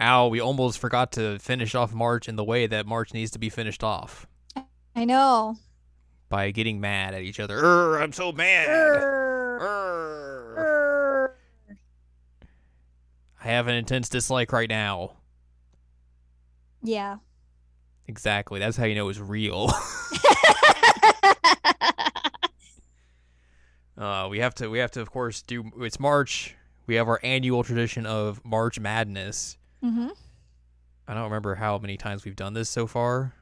Ow, we almost forgot to finish off March in the way that March needs to be finished off I know. by getting mad at each other. Urgh, I'm so mad. Err, Urgh. err. I have an intense dislike right now. Yeah. Exactly. That's how you know it's real. Uh, we have to we have to of course do it's March. We have our annual tradition of March Madness. hmm I don't remember how many times we've done this so far.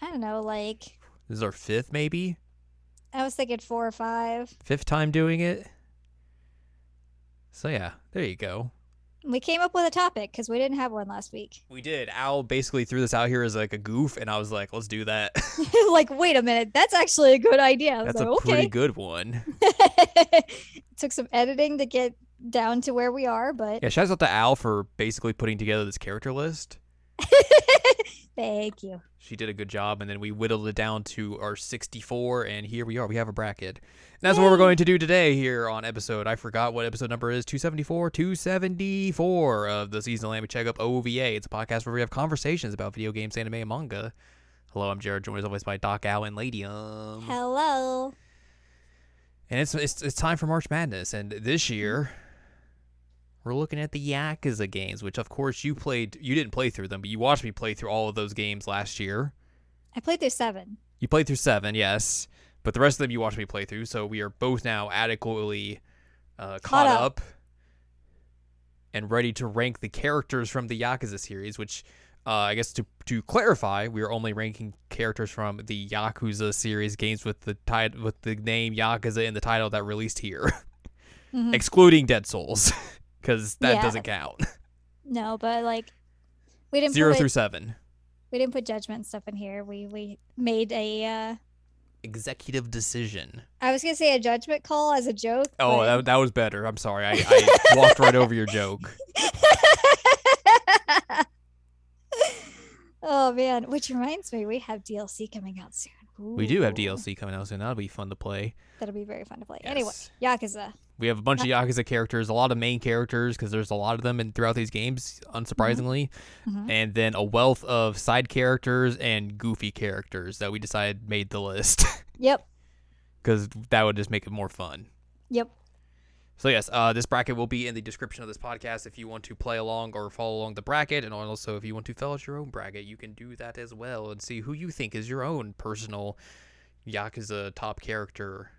I don't know. Like This is our fifth maybe? I was thinking four or five. Fifth time doing it. So yeah, there you go. We came up with a topic because we didn't have one last week. We did. Al basically threw this out here as like a goof and I was like, let's do that. like, wait a minute, that's actually a good idea. I was That's a like, pretty okay. good one. Took some editing to get down to where we are, but Yeah, shouts out to Al for basically putting together this character list. thank you. she did a good job and then we whittled it down to our 64 and here we are we have a bracket and that's what we're Yay. going to do today here on episode i forgot what episode number is 274 274 of the seasonal anime checkup ova it's a podcast where we have conversations about video games anime and manga hello i'm jared joined as always by doc al and um, ladium Hello. and it's, it's it's time for march madness and this year we're looking at the yakuza games which of course you played you didn't play through them but you watched me play through all of those games last year I played through seven. You played through seven, yes, but the rest of them you watched me play through, so we are both now adequately uh, caught Caught up. up. and ready to rank the characters from the Yakuza series. Which, uh, I guess, to to clarify, we are only ranking characters from the Yakuza series games with the tit- with the name Yakuza in the title that released here, Mhm. excluding Dead Souls, because that Yeah. doesn't count. No, but like we didn't Zero put through seven. we didn't put judgment stuff in here. We we made a uh Executive decision. I was gonna say a judgment call as a joke. Oh, but- that, that was better. I'm sorry. I, I walked right over your joke. oh man, which reminds me, we have DLC coming out soon. We do have Ooh. DLC coming out soon. That'll be fun to play. That'll be very fun to play. Yes. Anyway, Yakuza. We have a bunch of Yakuza characters, a lot of main characters, because there's a lot of them in throughout these games, unsurprisingly, Mhm. and then a wealth of side characters and goofy characters that we decided made the list Yep. because that would just make it more fun. Yep. So yes, uh, this bracket will be in the description of this podcast if you want to play along or follow along the bracket, and also if you want to fill out your own bracket, you can do that as well and see who you think is your own personal Yakuza top character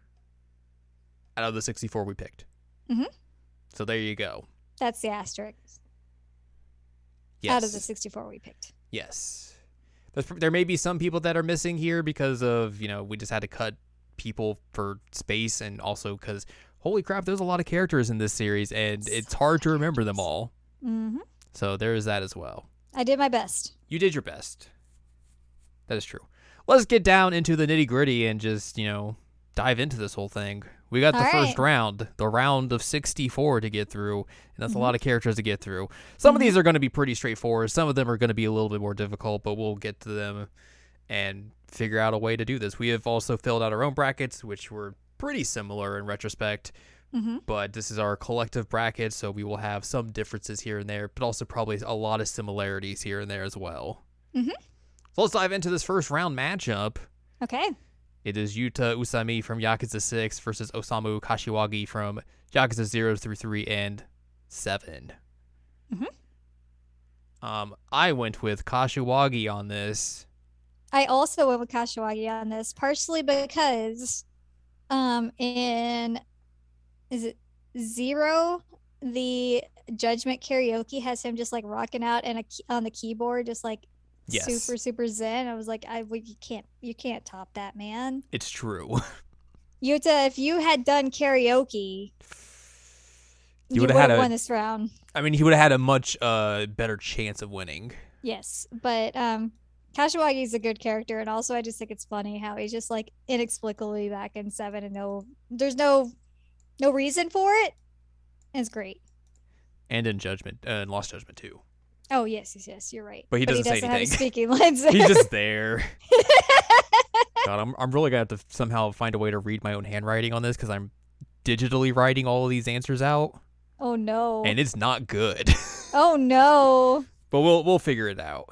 out of the sixty-four we picked. Mhm. So there you go. That's the asterisk Yes. out of the 64 we picked. Yes. There's, pr- there may be some people that are missing here because of, you know, we just had to cut people for space and also because, holy crap, there's a lot of characters in this series and it's So hard to many remember them characters. all. hmm So there is that as well. I did my best. You did your best. That is true. Let's get down into the nitty gritty and just, you know, dive into this whole thing. We got the All first right. round, the round of 64 to get through, and that's Mhm. a lot of characters to get through. Some of these are going to be pretty straightforward, some of them are going to be a little bit more difficult, but we'll get to them and figure out a way to do this. We have also filled out our own brackets, which were pretty similar in retrospect hmm but this is our collective bracket, so we will have some differences here and there, but also probably a lot of similarities here and there as well. Mhm. So let's dive into this first round matchup. Okay. It is Yuta Usami from Yakuza 6 versus Osamu Kashiwagi from Yakuza 0 through 3 and 7. Mhm. Mm-hmm. Um, I went with Kashiwagi on this. I also went with Kashiwagi on this, partially because um in is it zero the judgment karaoke has him just like rocking out and a key- on the keyboard just like Yes, super super zen i was like i well, you can't you can't top that man it's true. yuta if you had done You karaoke you would would've had have a- won this round I mean, he would have had a much uh, better chance of winning. Yes, but um Kashiwagi's a good character and also I just think it's funny how he's just like inexplicably back in 7 and no there's no no reason for it. And it's great. And in Judgment, uh, in Lost Judgment too. Oh, yes, yes, yes, you're right. But he doesn't say have a anything. speaking lines. He's just there. God, I'm, I'm really gonna have to somehow find a way to read my own handwriting on this because I'm digitally writing all of these answers out, oh no. and it's not good. Oh no. But we'll we'll figure it out.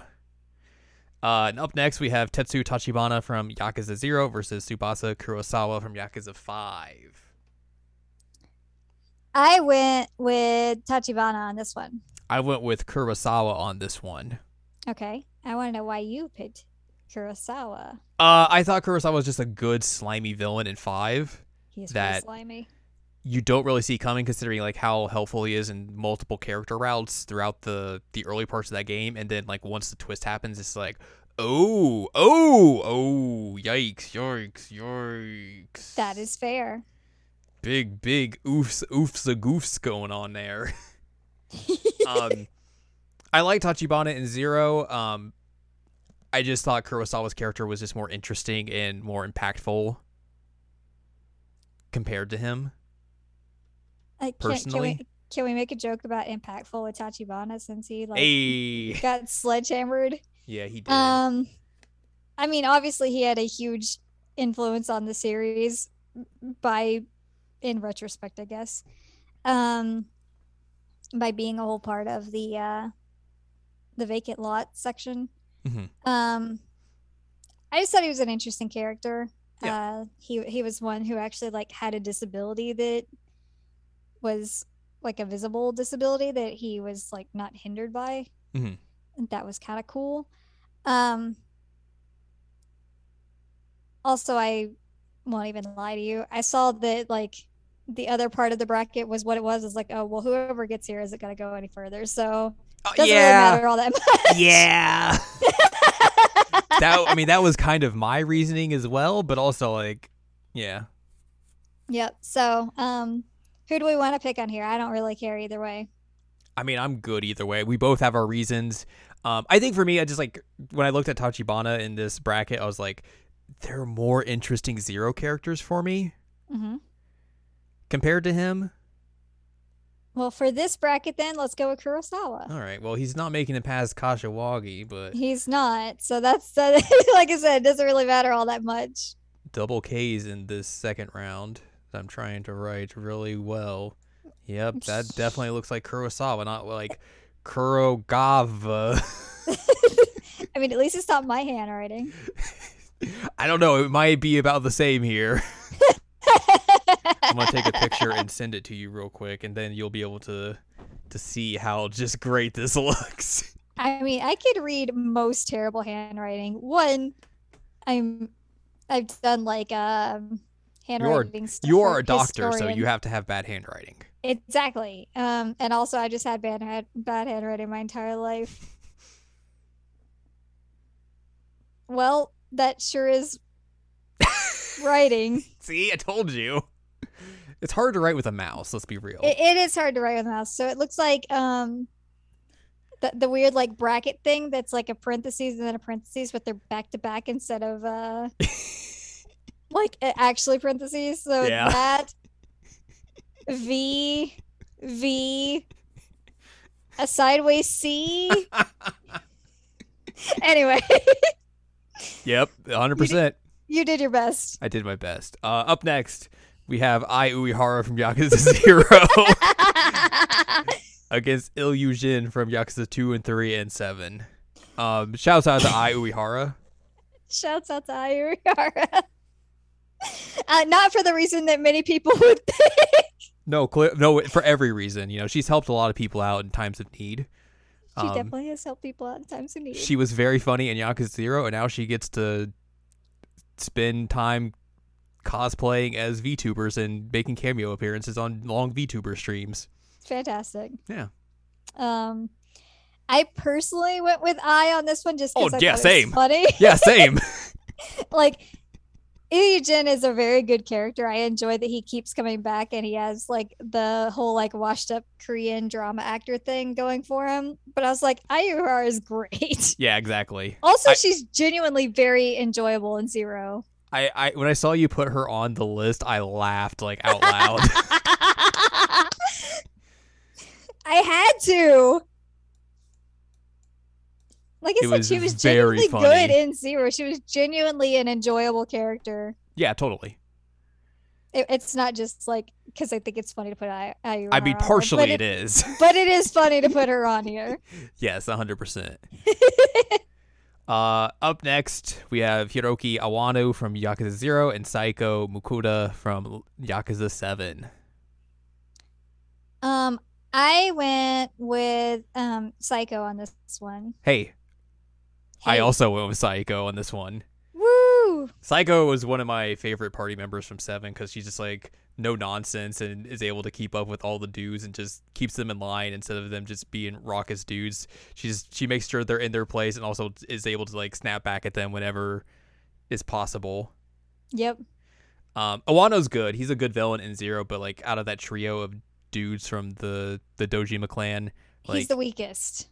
Uh, and up next we have Tetsu Tachibana from Yakuza Zero versus Tsubasa Kurosawa from Yakuza Five. I went with Tachibana on this one. I went with Kurosawa on this one. Okay. I want to know why you picked Kurosawa. Uh, I thought Kurosawa was just a good slimy villain in Five. He's pretty That- slimy. You don't really see coming, considering like how helpful he is in multiple character routes throughout the the early parts of that game, and then like once the twist happens, it's like, oh, oh, oh, yikes, yikes, yikes. That is fair. big, big oofs, oofs, a goofs going on there. um, I like Tachibana in Zero. Um, I just thought Kurosawa's character was just more interesting and more impactful compared to him. Like, can, can, personally- we, can we make a joke about impactful with Tachibana since he like Hey, got sledgehammered? yeah, he did. Um, I mean, obviously he had a huge influence on the series by, in retrospect, I guess, um, by being a whole part of the uh, the vacant lot section. Mhm. Um, I just thought he was an interesting character. Yeah. Uh, he he was one who actually like had a disability that was like a visible disability that he was like not hindered by. Mhm. That was kind of cool. Um also I won't even lie to you. I saw that like the other part of the bracket was what it was. It's like, oh well whoever gets here isn't gonna go any further. So Uh, doesn't yeah, really matter all that much. yeah. that I mean, that was kind of my reasoning as well, but also like, yeah. Yep. So um who do we want to pick on here? I don't really care either way. I mean, I'm good either way. We both have our reasons. Um, I think for me, I just like when I looked at Tachibana in this bracket, I was like, there are more interesting Zero characters for me hmm compared to him. Well, for this bracket then, let's go with Kurosawa. All right, well, he's not making it past Kashiwagi, but He's not. So that's that, like I said, it doesn't really matter all that much. double K's in this second round. that I'm trying to write really well. Yep, that definitely looks like Kurosawa, not like Kurogava. I mean, at least it's not my handwriting. I don't know. It might be about the same here. I'm gonna take a picture and send it to you real quick, and then you'll be able to to see how just great this looks. I mean, I could read most terrible handwriting. One, I'm I've done like um handwriting stuff. You are for a doctor, so historian. you have to have bad handwriting. exactly. Um, and also I just had bad hand- bad handwriting my entire life. Well, that sure is writing. See, I told you. It's hard to write with a mouse. Let's be real. It, it is hard to write with a mouse. So it looks like um the, the weird like bracket thing that's like a parentheses and then a parentheses, but they're back to back instead of uh like a- actually parentheses. So Yeah. that V V a sideways C. anyway, yep, 100. percent you did your best. I did my best. Uh, up next, we have Ai Uehara from Yakuza Zero against Illusion from Yakuza Two and Three and Seven. Um, shouts out to Ai Uehara. Shouts out to Ayuriara. Uh, not for the reason that many people would think. No, clear, no, for every reason. You know, she's helped a lot of people out in times of need. Um, She definitely has helped people out in times of need. She was very funny in Yakuza Zero, and now she gets to spend time cosplaying as VTubers and making cameo appearances on long VTuber streams. Fantastic. Yeah. Um, I personally went with I on this one just Oh, because I yeah, thought it same. was funny. Yeah, same. like Iyujin is a very good character. I enjoy that he keeps coming back and he has like the whole like washed up Korean drama actor thing going for him. But I was like, Ayuhar is great. yeah, exactly. Also, I- she's genuinely very enjoyable in Zero. I, I when I saw you put her on the list, I laughed like out loud. I had to. Like I It said, was she was very genuinely funny. good in Zero. She was genuinely an enjoyable character. yeah, totally. It, it's not just like because I think it's funny to put I. I, I mean, partially it is. But it is funny to put her on here. yes, 100%. Uh, up next, we have Hiroki Awano from Yakuza 0 and Saiko Mukuda from Yakuza 7. Um, I went with um Psycho on this one. Hey, I Hey, also went with Saiko on this one. woo. Saiko was one of my favorite party members from 7 because she's just like no nonsense and is able to keep up with all the dudes and just keeps them in line instead of them just being raucous dudes. She's she makes sure they're in their place and also is able to like snap back at them whenever is possible. Yep. Um, Iwano's good. He's a good villain in Zero, but like out of that trio of dudes from the the Dojima clan, He's like the weakest.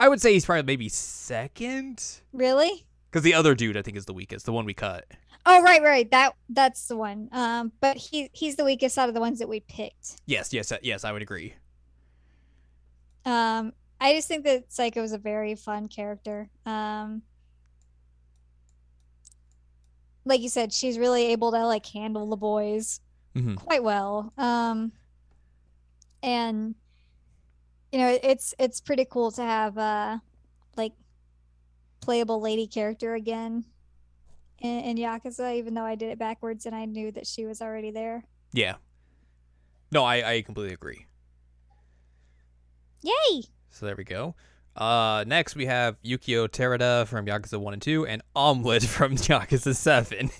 I would say he's probably maybe second Really? because the other dude I think is the weakest, the one we cut. Oh right, right. That that's the one. Um, but he he's the weakest out of the ones that we picked. Yes, yes, uh, yes. I would agree. Um, I just think that Psycho is a very fun character. Um, like you said, she's really able to like handle the boys Mhm. quite well. Um, and you know, it's it's pretty cool to have uh like playable lady character again in, in Yakuza, even though I did it backwards and I knew that she was already there. Yeah. No, I I completely agree. Yay! So there we go. Uh, next we have Yukio Terada from Yakuza One and Two, and Omelet from Yakuza Seven.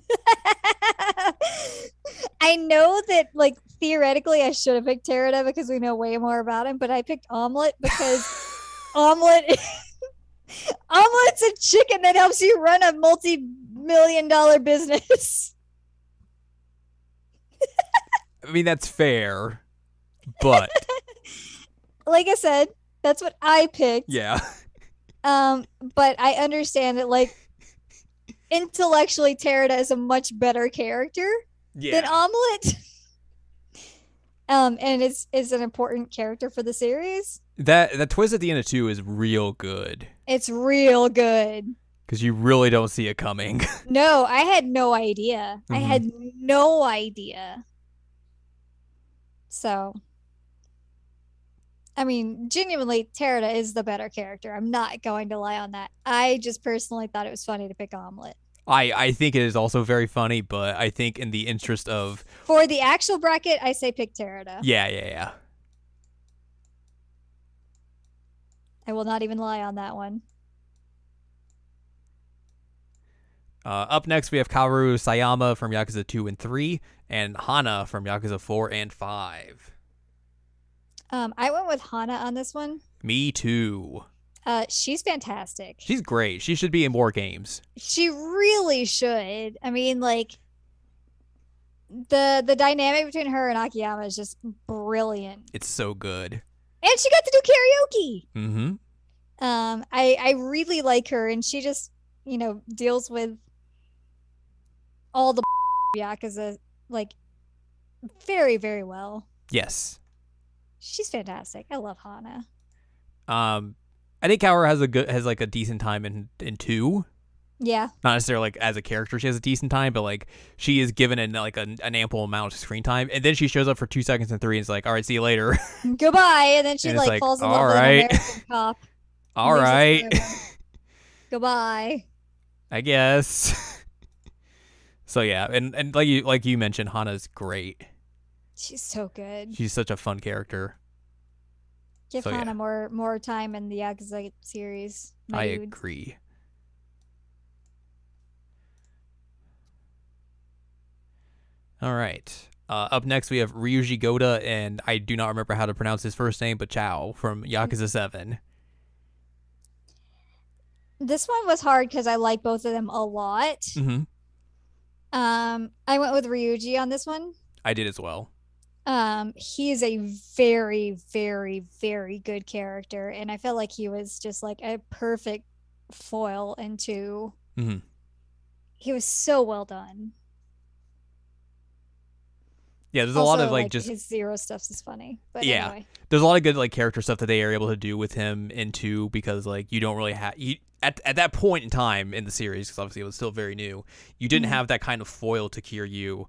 I know that, like, theoretically, I should have picked Terada because we know way more about him, but I picked Omelet because Omelet. Omelet's a chicken that helps you run a multi million dollar business. I mean that's fair, but like I said, that's what I picked. yeah. Um, but I understand that, like, intellectually, Terada is a much better character. Yeah. than Omelet. um, and is is an important character for the series. That that twist at the end of two is real good It's real good. because you really don't see it coming. No, I had no idea. I Mhm. had no idea. So, I mean, genuinely, Terada is the better character. I'm not going to lie on that. I just personally thought it was funny to pick Omelet. I I think it is also very funny, but I think in the interest of For the actual bracket, I say pick Terada. yeah yeah yeah I will not even lie on that one. Uh, up next, we have Kaoru Sayama from Yakuza 2 and 3, and Hana from Yakuza 4 and 5. Um, I went with Hana on this one. Me too. Uh, she's fantastic. She's great. She should be in more games. she really should i mean like the the dynamic between her and akiyama is just brilliant It's so good. and she got to do Mm hmm. karaoke um i i really like her and she just you know deals with all the yakuza like very very well Yes. she's fantastic i love hana Um, I think Kaoru has a good has like a decent time in in two. yeah Not necessarily like as a character, she has a decent time, but like she is given an like an, an ample amount of screen time, and then she shows up for two seconds and three, and is like, "All right, see you later." goodbye and then she And it's like, like, falls in all love with right. an american cop All Leaves us right. forever. goodbye I guess. so yeah, and and like you like you mentioned, Hana's great. she's so good She's such a fun character. Give So, yeah. Hana more more time in the Yakuza series. my I dude. agree. All right. Uh, up next, we have Ryuji Goda, and I do not remember how to pronounce his first name, but Chow from Yakuza Seven. This one was hard because I like both of them a lot. Mm-hmm. Hmm. Um, I went with Ryuji on this one. I did as well. Um, he is a very, very, very good character, and I felt like he was just like a perfect foil into. Mhm. He was so well done. Yeah, there's a lot of Also, like, just his zero stuff is funny. But Yeah. anyway. there's a lot of good like character stuff that they are able to do with him in two because like you don't really have you at, at that point in time in the series because obviously it was still very new you didn't Mhm. have that kind of foil to cure you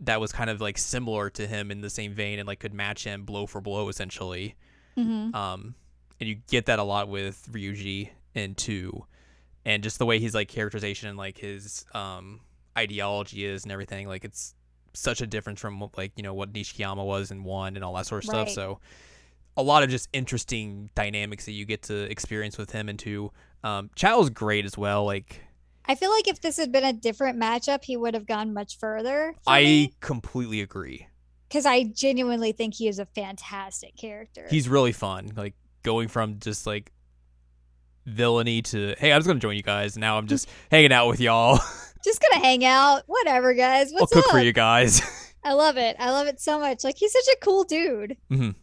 that was kind of like similar to him in the same vein and like could match him blow for blow essentially. Mm-hmm. Um, and you get that a lot with Ryuji in two, and just the way his like characterization and like his um ideology is and everything. Like it's such a difference from like you know what Nishikiyama was in one and all that sort of stuff. Right. So a lot of just interesting dynamics that you get to experience with him in two. Um, Chow's great as well. Like I feel like if this had been a different matchup, he would have gone much further. I completely agree. because I genuinely think he is a fantastic character. he's really fun. Like going from just like villainy to hey, I'm just gonna join you guys. and Now I'm just hanging out with y'all. just gonna hang out, whatever, guys. I'll What's cook up? for you guys. I love it. I love it so much. Like he's such a cool dude. Mhm.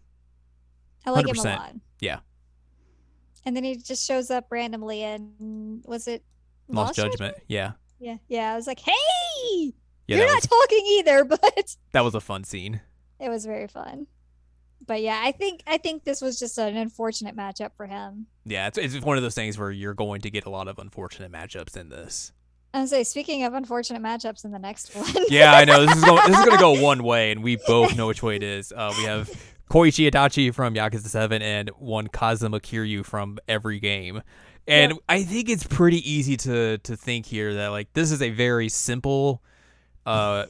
I like him a 100%. lot. Yeah. And then he just shows up randomly, and was it Lost judgment. Yeah, Yeah, yeah. I was like, hey, yeah. you're that, not was, talking either, but that was a fun scene. it was very fun. But yeah, I think I think this was just an unfortunate matchup for him. Yeah, it's it's one of those things where you're going to get a lot of unfortunate matchups in this. I was gonna say, speaking of unfortunate matchups, in the next one, Yeah, I know this is going this is gonna go one way, and we both know which way it is. Uh, we have Koichi Adachi from Yakuza Seven and one Kazuma Kiryu from every game, and I think it's pretty easy to to think here that like this is a very simple, uh,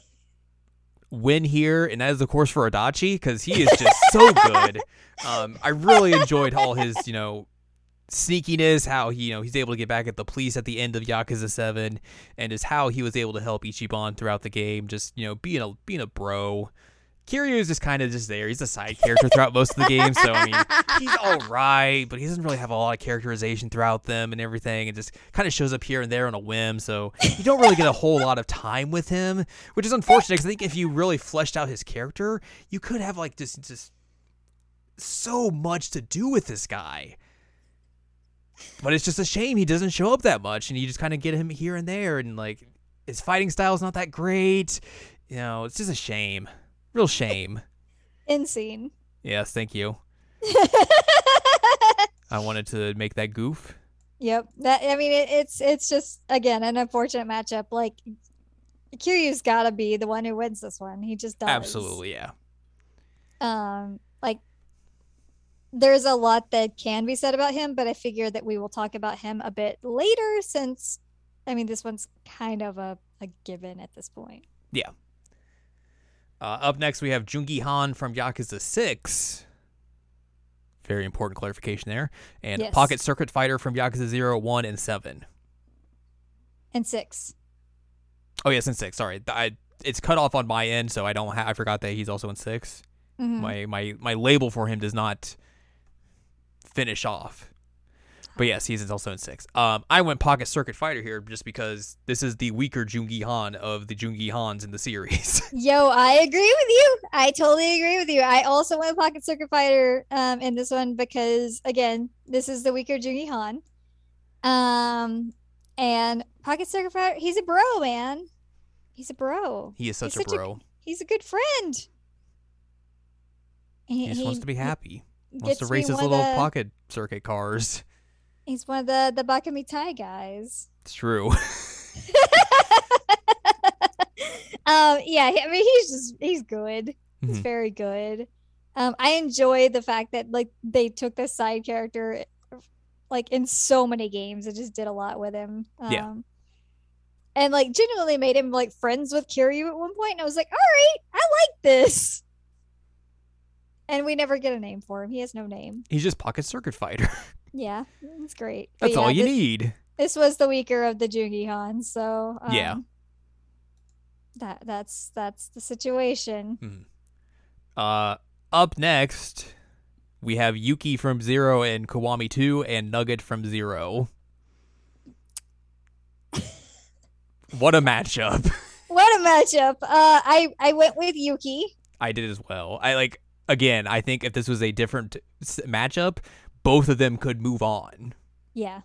win here, and that is of course for Adachi because he is just so good. Um, I really enjoyed all his you know sneakiness, how he you know he's able to get back at the police at the end of Yakuza Seven and is how he was able to help Ichiban throughout the game. Just you know, being a being a bro. Kiryu is just kind of just there. He's a side character throughout most of the game, so I mean, he's all right, but he doesn't really have a lot of characterization throughout them and everything, and just kind of shows up here and there on a whim. So you don't really get a whole lot of time with him, which is unfortunate. Because I think if you really fleshed out his character, you could have like just just so much to do with this guy. But it's just a shame he doesn't show up that much, and you just kind of get him here and there, and like his fighting style's not that great. You know, it's just a shame, real shame. insane. Yes, thank you. I wanted to make that goof. Yep. That I mean, it, it's it's just again an unfortunate matchup. Like Kiryu's got to be the one who wins this one. He just does. Absolutely, yeah. Um, like there's a lot that can be said about him, but I figure that we will talk about him a bit later since I mean this one's kind of a a given at this point. Uh, up next, we have Jungi Han from Yakuza 6. Very important clarification there. And Yes. Pocket Circuit Fighter from Yakuza 0, 1, and 7. And six. Oh, yes, and 6. Sorry. Th- I, it's cut off on my end, so I don't. Ha- I forgot that he's also in 6. Mhm. My, my, my label for him does not finish off. But yes, he's also in 6. Um, I went Pocket Circuit Fighter here just because this is the weaker Jungi Han of the Jungi Hans in the series. Yo, I agree with you. I totally agree with you. I also went Pocket Circuit Fighter um, in this one because, again, this is the weaker Jungi Han. Um, and Pocket Circuit Fighter, he's a bro, man. He's a bro. he is such He's a such a- bro. He's a good friend. he just wants to be happy. wants gets to me race his one of little the- pocket circuit cars. He's one of the the Bakamitai guys. It's true. um, yeah, I mean, he's just he's good. He's Mhm. very good. Um, I enjoy the fact that like they took this side character like in so many games. It just did a lot with him. Um, Yeah. And like genuinely made him like friends with Kiryu at one point, and I was like, all right, I like this. And we never get a name for him. He has no name. He's just pocket circuit fighter. Yeah, it's great. But That's all yeah, you thi- need. This was the weaker of the Jungi Han, so um, Yeah. That that's that's the situation. Uh, up next, we have Yuki from Zero and Kiwami Two, and Nugget from Zero. what a matchup! What a matchup. Uh, I I went with Yuki. I did as well. I like again. I think if this was a different s- matchup, both of them could move on. Yeah.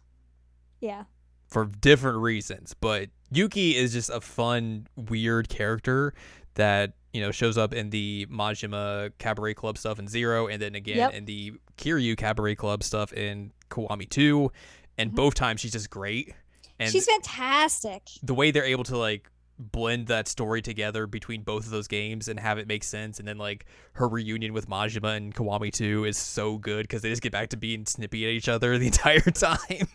Yeah. for different reasons, but Yuki is just a fun, weird character that you know shows up in the Majima Cabaret Club stuff in Zero, and then again Yep. in the Kiryu Cabaret Club stuff in Kiwami Two, and Mhm. both times she's just great. And She's fantastic. the way they're able to like blend that story together between both of those games and have it make sense. And then like her reunion with Majima and Kiwami 2 is so good because they just get back to being snippy at each other the entire time.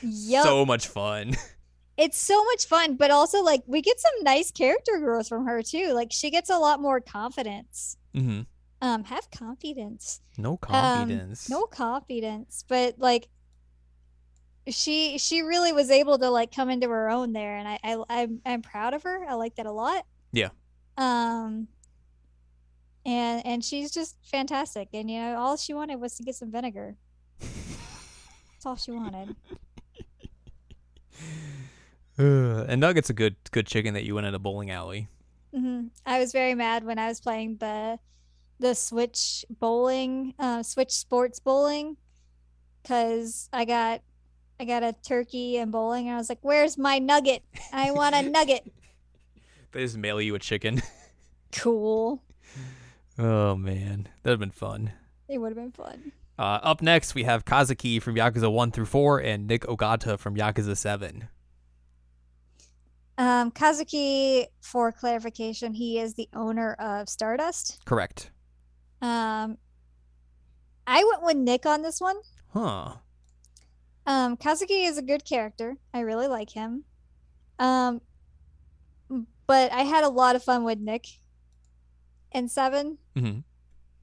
Yep. So much fun. it's so much fun, but also like we get some nice character growth from her too. Like she gets a lot more confidence. Mm-hmm. Um, have confidence. No confidence. No confidence, but like she she really was able to like come into her own there, and I, I I'm I'm proud of her. I like that a lot. Yeah. Um. And and she's just fantastic, and you know all she wanted was to get some vinegar. That's all she wanted. Ugh, and Nugget's a good good chicken that you win at a bowling alley. hmm I was very mad when I was playing the the Switch bowling, uh, Switch sports bowling, because I got I got a turkey and bowling, and I was like, "Where's my nugget? I want a nugget." They just mail you a chicken. Cool. Oh man, that'd have been fun. It would have been fun. Uh, up next, we have Kazuki from Yakuza 1 through 4 and Nick Ogata from Yakuza 7. Um, Kazuki, for clarification, he is the owner of Stardust. Correct. Um, I went with Nick on this one. Huh. Um, Kazuki is a good character. I really like him. Um, but I had a lot of fun with Nick in seven hmm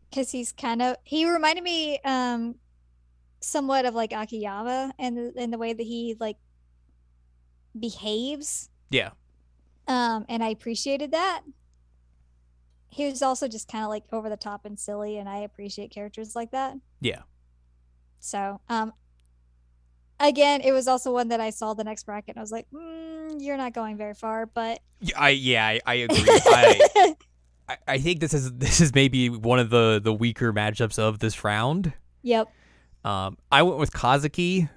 because he's kind of he reminded me um somewhat of like Akiyama and in the way that he like behaves. Yeah. Um, and I appreciated that. He was also just kind of like over the top and silly, and I appreciate characters like that. Yeah. So, um, again, it was also one that I saw the next bracket and I was like, mm, you're not going very far, but Yeah, I yeah, I, I agree. I, I I think this is this is maybe one of the the weaker matchups of this round. yep. Um, I went with Kazuki,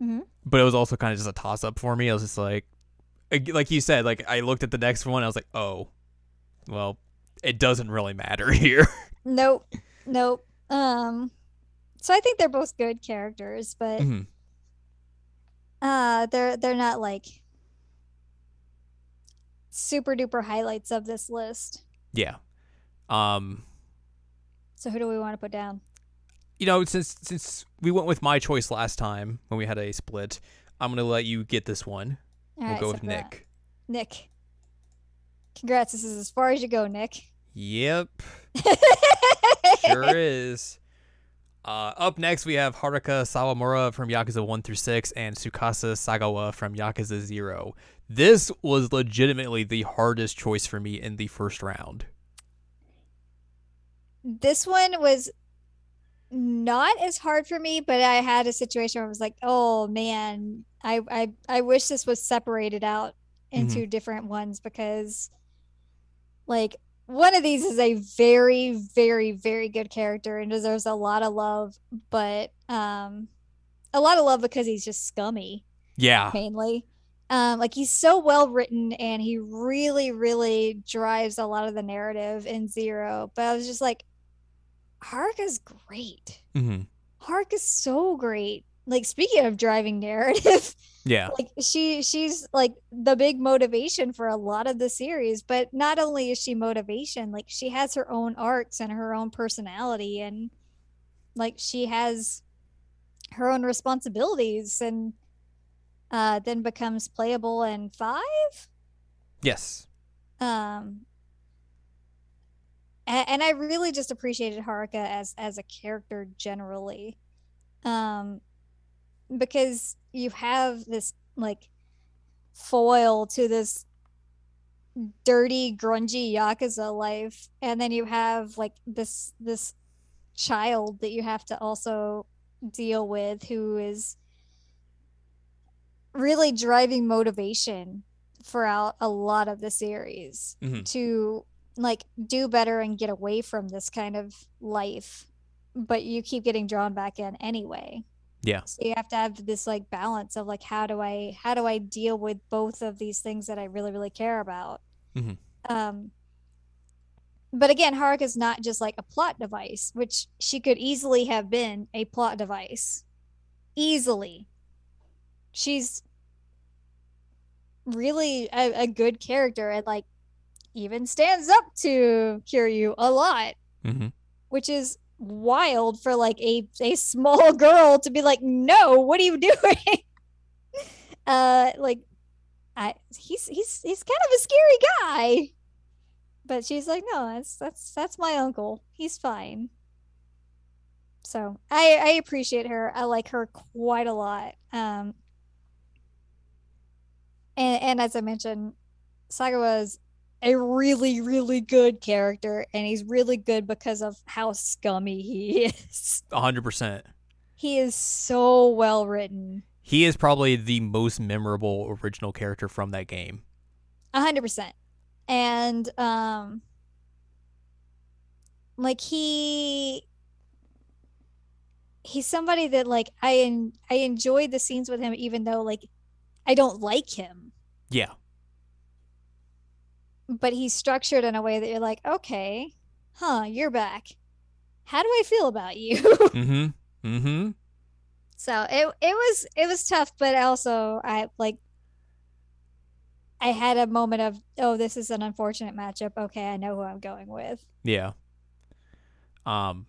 Mhm. but it was also kind of just a toss up for me. I was just like, ag- like you said, like I looked at the next one, I was like, oh, well, it doesn't really matter here. Nope. Nope. Um, so I think they're both good characters, but Mhm. uh, they're they're not like super duper highlights of this list. yeah. Um, So who do we want to put down? you know, since since we went with my choice last time when we had a split, I'm gonna let you get this one. All we'll right, go so with for that- Nick. Nick. Congrats. This is as far as you go, Nick. Yep. sure is. Uh, up next, we have Haruka Sawamura from Yakuza 1 through 6 and Tsukasa Sagawa from Yakuza 0. This was legitimately the hardest choice for me in the first round. this one was not as hard for me, but I had a situation where I was like, oh man, I I, I wish this was separated out into Mm-hmm. different ones because like one of these is a very, very, very good character and deserves a lot of love, but um a lot of love because he's just scummy Yeah. mainly. Um, like he's so well written and he really, really drives a lot of the narrative in Zero. But I was just like, Haruka's great. hmm Haruka's so great. Like speaking of driving narrative, Yeah. like she she's like the big motivation for a lot of the series. But not only is she motivation, like she has her own arcs and her own personality and like she has her own responsibilities and uh then becomes playable in five Yes. um a- and, i really just appreciated haruka as as a character generally um because you have this like foil to this dirty grungy yakuza life and then you have like this this child that you have to also deal with who is really driving motivation throughout a lot of the series Mhm. to like do better and get away from this kind of life but you keep getting drawn back in anyway Yeah. so you have to have this like balance of like how do i how do i deal with both of these things that i really really care about Mhm. um but again haruka is not just like a plot device which she could easily have been a plot device easily she's really a, a good character and like even stands up to Kiryu a lot, Mm-hmm. which is wild for like a a small girl to be like, "No, what are you doing?" uh like I he's he's he's kind of a scary guy. But she's like, "No, that's that's that's my uncle. He's fine." So, I I appreciate her. I like her quite a lot. Um and, and as I mentioned, Sagawa is a really, really good character, and he's really good because of how scummy he is. hundred percent. He is so well written. He is probably the most memorable original character from that game. A hundred percent. And um like he he's somebody that like I en- I enjoyed the scenes with him even though like I don't like him. Yeah. But he's structured in a way that you're like, okay, huh, you're back. How do I feel about you? Mm-hmm. Mm-hmm. So it it was it was tough, but also I like I had a moment of oh this is an unfortunate matchup. Okay, I know who I'm going with. Yeah. Um,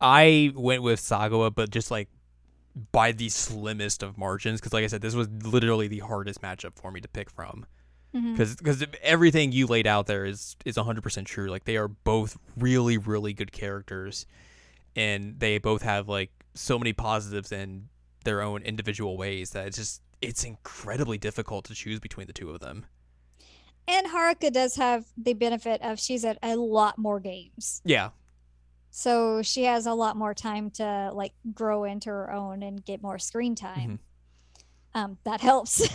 I went with Sagawa, but just like by the slimmest of margins, because like I said, this was literally the hardest matchup for me to pick from. Mm. because because everything you laid out there is is 100% true like they are both really really good characters and they both have like so many positives in their own individual ways that it's just it's incredibly difficult to choose between the two of them And Haruka does have the benefit of she's at a lot more games, yeah so she has a lot more time to like grow into her own and get more screen time. Um, that helps,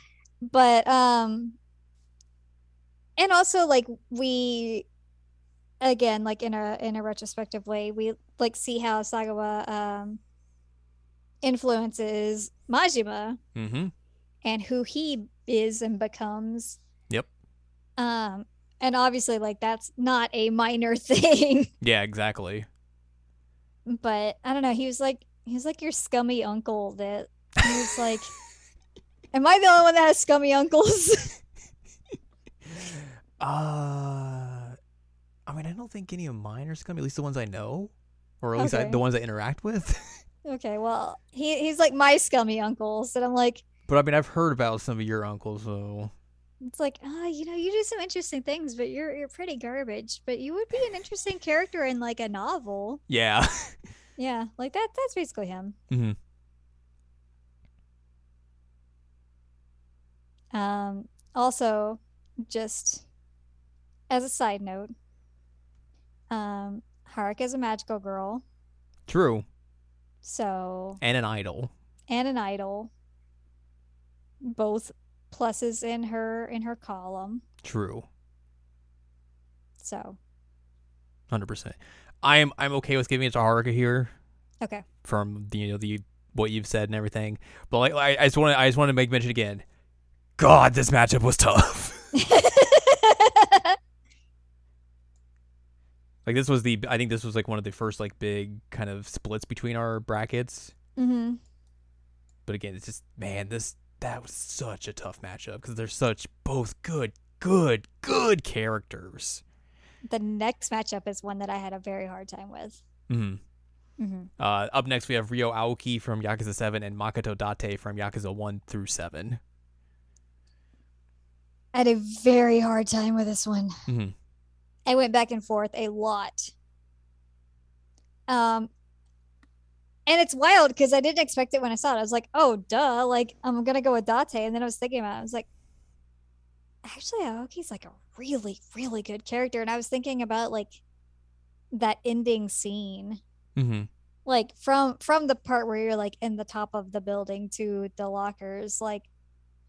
but um, and also like we again like in a in a retrospective way we like see how sagawa um influences majima mm-hmm and who he is and becomes Yep. um and obviously like that's not a minor thing yeah exactly but i don't know he was like he was like your scummy uncle that he was like am i the only one that has scummy uncles uh i mean i don't think any of mine are scummy at least the ones i know or at least I, Okay. the ones i interact with okay well he, he's like my scummy uncles and i'm like but i mean i've heard about some of your uncles so It's like, ah, you know, you do some interesting things, but you're you're pretty garbage. But you would be an interesting character in like a novel. yeah Yeah, like that. That's basically him. Mhm. Um. Also, just as a side note, um, Haruka is a magical girl, true so and an idol and an idol. Both pluses in her in her column. true So hundred percent. I'm I'm okay with giving it to Haruka here okay. from the you know the what you've said and everything. But like I, I just want I just want to make mention again. God, this matchup was tough. like this was the I think this was like one of the first like big kind of splits between our brackets. hmm But again, it's just man, this that was such a tough matchup because they're such both good, good, good characters. The next matchup is one that I had a very hard time with. hmm Mm-hmm. Uh, up next, we have Ryo Aoki from Yakuza 7 and Makoto Date from Yakuza 1 through 7. I had a very hard time with this one. Mhm. I went back and forth a lot. Um, and it's wild because I didn't expect it when I saw it. I was like, "Oh, duh!" Like I'm gonna go with Date, and then I was thinking about. it. I was like, actually, Aoki's like a really, really good character, and I was thinking about like that ending scene. Mm-hmm. like from from the part where you're like in the top of the building to the lockers like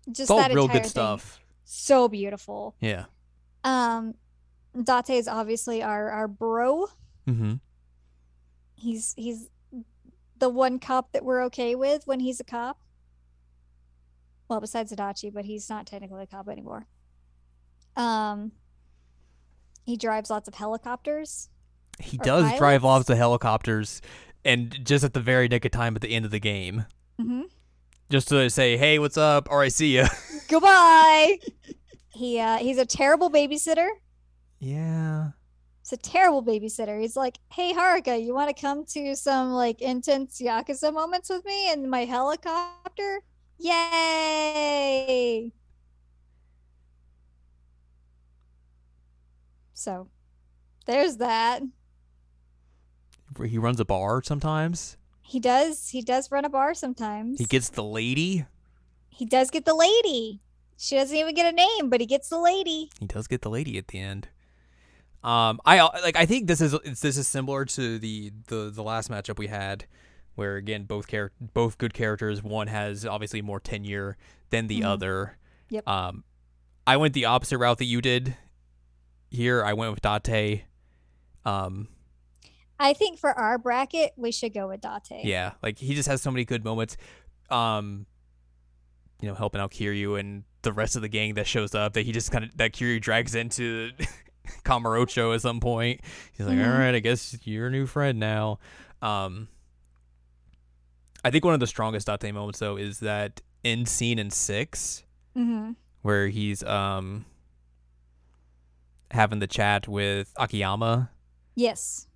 just It's all that real entire good thing, stuff. so beautiful Yeah. um date is obviously our our bro Mm-hmm. he's he's the one cop that we're okay with when he's a cop well besides adachi but he's not technically a cop anymore um he drives lots of helicopters He Or does drive pilots? off the helicopters, and just at the very nick of time at the end of the game, mm-hmm. just to say, "Hey, what's up? All right, see ya." Goodbye. he uh, he's a terrible babysitter. Yeah. It's a terrible babysitter. He's like, "Hey Haruka, you want to come to some like intense yakuza moments with me in my helicopter? Yay!" So, there's that. He runs a bar sometimes. He does. He does run a bar sometimes. He gets the lady. He does get the lady. She doesn't even get a name, but he gets the lady. He does get the lady at the end. Um, I like. I think this is this is similar to the the the last matchup we had, where again both char- both good characters. One has obviously more tenure than the Mhm. other. Yep. Um, I went the opposite route that you did. Here, I went with Date. Um, I think for our bracket, we should go with Date. yeah, like he just has so many good moments. Um, you know, helping out Kiryu and the rest of the gang that shows up that he just kind of that Kiryu drags into Kamurocho at some point. He's like, Mhm. "All right, I guess you're a new friend now." Um, I think one of the strongest Date moments though is that end scene in six hmm where he's um having the chat with Akiyama Yes.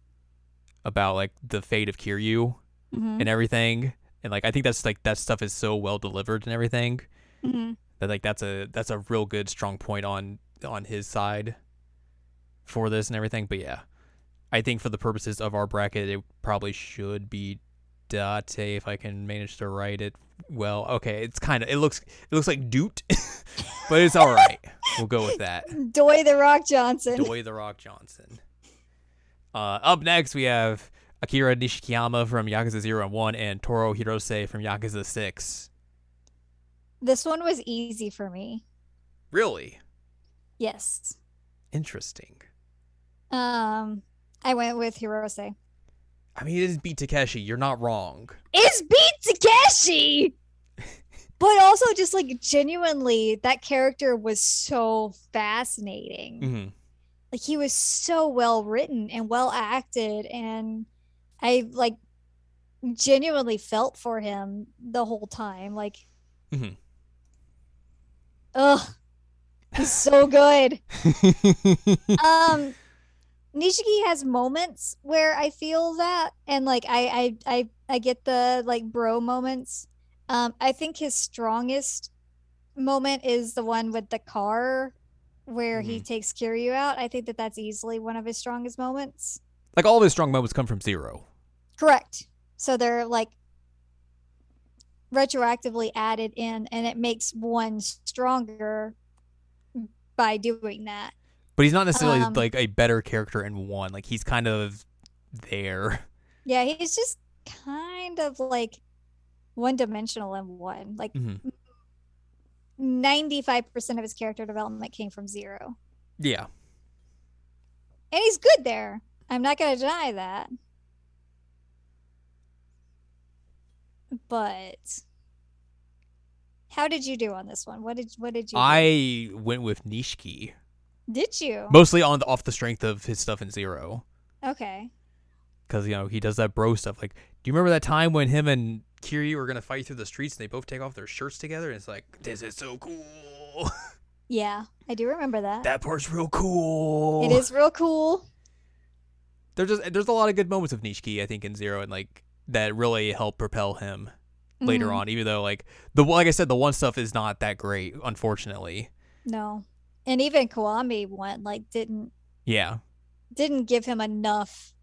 about like the fate of Kiryu. hmm and everything and like i think that's like that stuff is so well delivered and everything hmm that like that's a that's a real good strong point on on his side for this and everything but yeah i think for the purposes of our bracket it probably should be date if i can manage to write it well okay it's kind of it looks it looks like doot but it's all right we'll go with that Doy the Rock Johnson. Doy the Rock Johnson. Uh, up next, we have Akira Nishikiyama from Yakuza 0 and 1 and Toro Hirose from Yakuza 6. This one was easy for me. Really? Yes. Interesting. Um, I went with Hirose. I mean, it is beat Takeshi. You're not wrong. It's beat Takeshi. but also, just like genuinely, that character was so fascinating. Mm-hmm. like he was so well written and well acted and i like genuinely felt for him the whole time like Mhm. ugh he's so good um nishiki has moments where i feel that and like i i i, I get the like bro moments um i think his strongest moment is the one with the car where he takes Kiryu out. I think that that's easily one of his strongest moments. like, all of his strong moments come from Zero. Correct. So they're like retroactively added in, and it makes one stronger by doing that. But he's not necessarily Um, like a better character in one. Like, he's kind of there. Yeah, he's just kind of like one dimensional in one. Like Mhm. 95% of his character development came from zero. Yeah. And he's good there. I'm not going to deny that. But how did you do on this one? What did what did you do? I went with Nishiki, did you? mostly on the, off the strength of his stuff in Zero. Okay. because you know he does that bro stuff. Like, do you remember that time when him and Kiryu were gonna fight through the streets and they both take off their shirts together? And it's like, this is so cool. Yeah, I do remember that. that part's real cool. It is real cool. There's just there's a lot of good moments of Nishiki, I think, in Zero, and like that really helped propel him later Mhm. on. Even though like the like I said, the one stuff is not that great, unfortunately. No. And even Koami one like didn't Yeah, didn't give him enough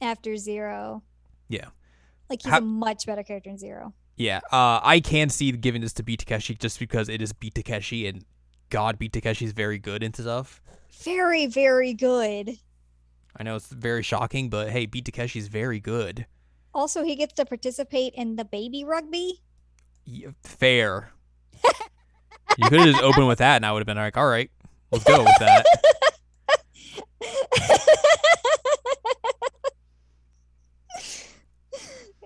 after 0. Yeah. Like he's How- a much better character in 0. yeah. Uh, I can see giving this to Beat Takeshi just because it is Beat Takeshi and. God, Beat Takeshi's very good into stuff. Very very good. I know it's very shocking, but hey, Beat Takeshi's very good. Also, he gets to participate in the baby rugby. Y- fair. you could have just opened with that, and I would have been like, "All right, let's go with that."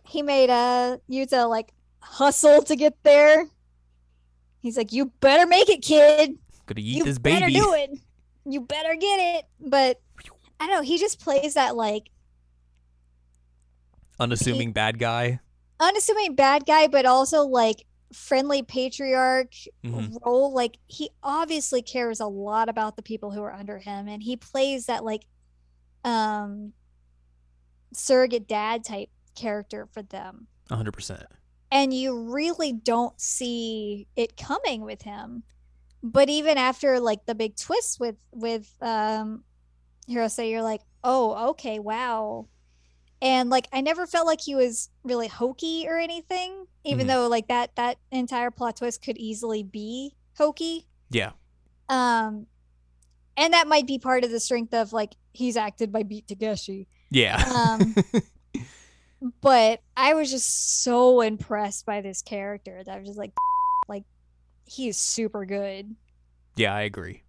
he made uh Yuta like hustle to get there. He's like, "You better make it, kid. Gonna eat you this better baby. do it. You better get it." But I don't know. He just plays that like Unassuming bad guy. unassuming bad guy, but also like friendly patriarch Mhm. role like he obviously cares a lot about the people who are under him and he plays that like um surrogate dad type character for them 100%. and you really don't see it coming with him but even after like the big twist with with um hirose you're like oh okay wow and like i never felt like he was really hokey or anything even Mhm. though like that that entire plot twist could easily be hokey Yeah. um and that might be part of the strength of like he's acted by beat takeshi Yeah. um, but I was just so impressed by this character that I was just like, like he is super good. yeah, I agree.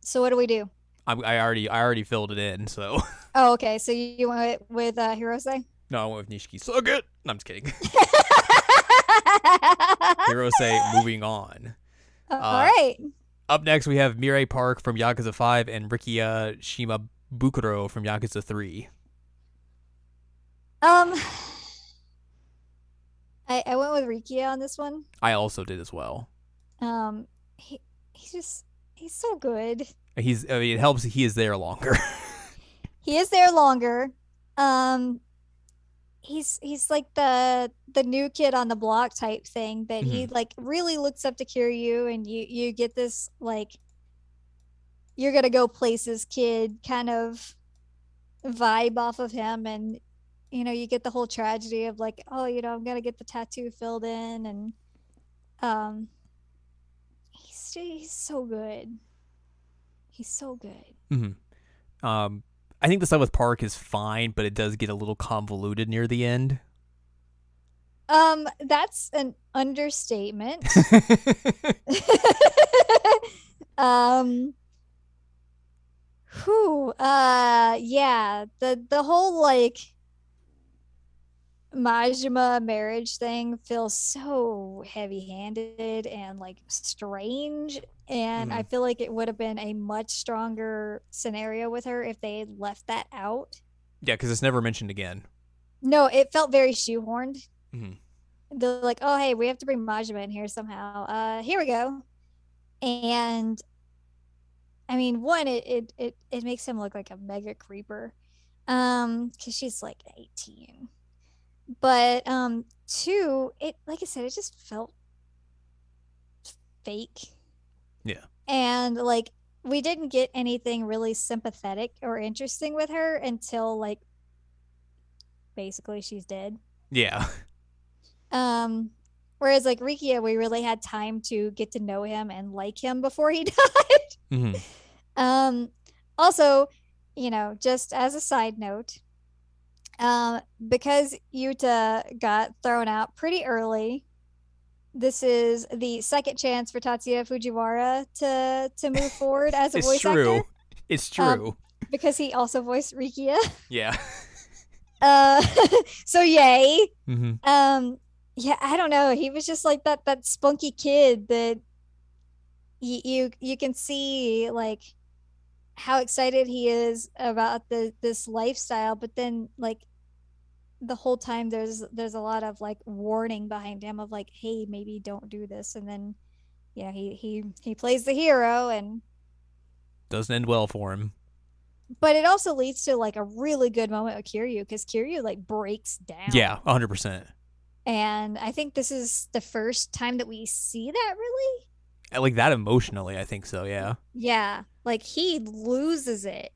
So what do we do? I, I already I already filled it in, so Oh, okay. So you, you went with uh, Hirose. no, I went with Nishiki. Suck it. No, I'm just kidding. Hirose moving on. All right. Up next we have Mirai Park from Yakuza 5 and Rikia Shimabukuro from Yakuza 3. Um, I I went with Rikia on this one. I also did as well. Um, he he's just he's so good. He's I mean, it helps that he is there longer. he is there longer um he's he's like the the new kid on the block type thing that he like really looks up to kiryu and you you get this like you're gonna go places kid kind of vibe off of him and you know you get the whole tragedy of like oh you know i'm gonna get the tattoo filled in and um he's he's so good he's so good um I think the stuff with Park is fine, but it does get a little convoluted near the end. Um, that's an understatement. um, who? Uh, yeah, the the whole like Majima marriage thing feels so heavy handed and like strange. And I feel like it would have been a much stronger scenario with her if they had left that out. Yeah, because it's never mentioned again. No, it felt very shoehorned. Mhm. They're like, oh, hey, we have to bring Majima in here somehow. Uh, here we go. And I mean, one, it it it, it makes him look like a mega creeper, um, because she's like eighteen. But um, two, it like I said, it just felt fake. Yeah. And like we didn't get anything really sympathetic or interesting with her until like basically she's dead. Yeah. Um, whereas like Rikia, we really had time to get to know him and like him before he died. hmm Um, also, you know, just as a side note, um, because Yuta got thrown out pretty early, this is the second chance for Tatsuya Fujiwara to to move forward as a It's voice true. actor It's Um, true. because he also voiced Rikia. yeah. Uh, so yay! hmm um yeah i don't know he was just like that that spunky kid that y- you you can see like how excited he is about the this lifestyle but then like the whole time there's there's a lot of like warning behind him of like hey maybe don't do this and then yeah he he he plays the hero and Doesn't end well for him. but it also leads to like a really good moment with kiryu because kiryu like breaks down Yeah, 100%. And I think this is the first time that we see that really. I Like that emotionally, I think so, yeah. Yeah. Like he loses it,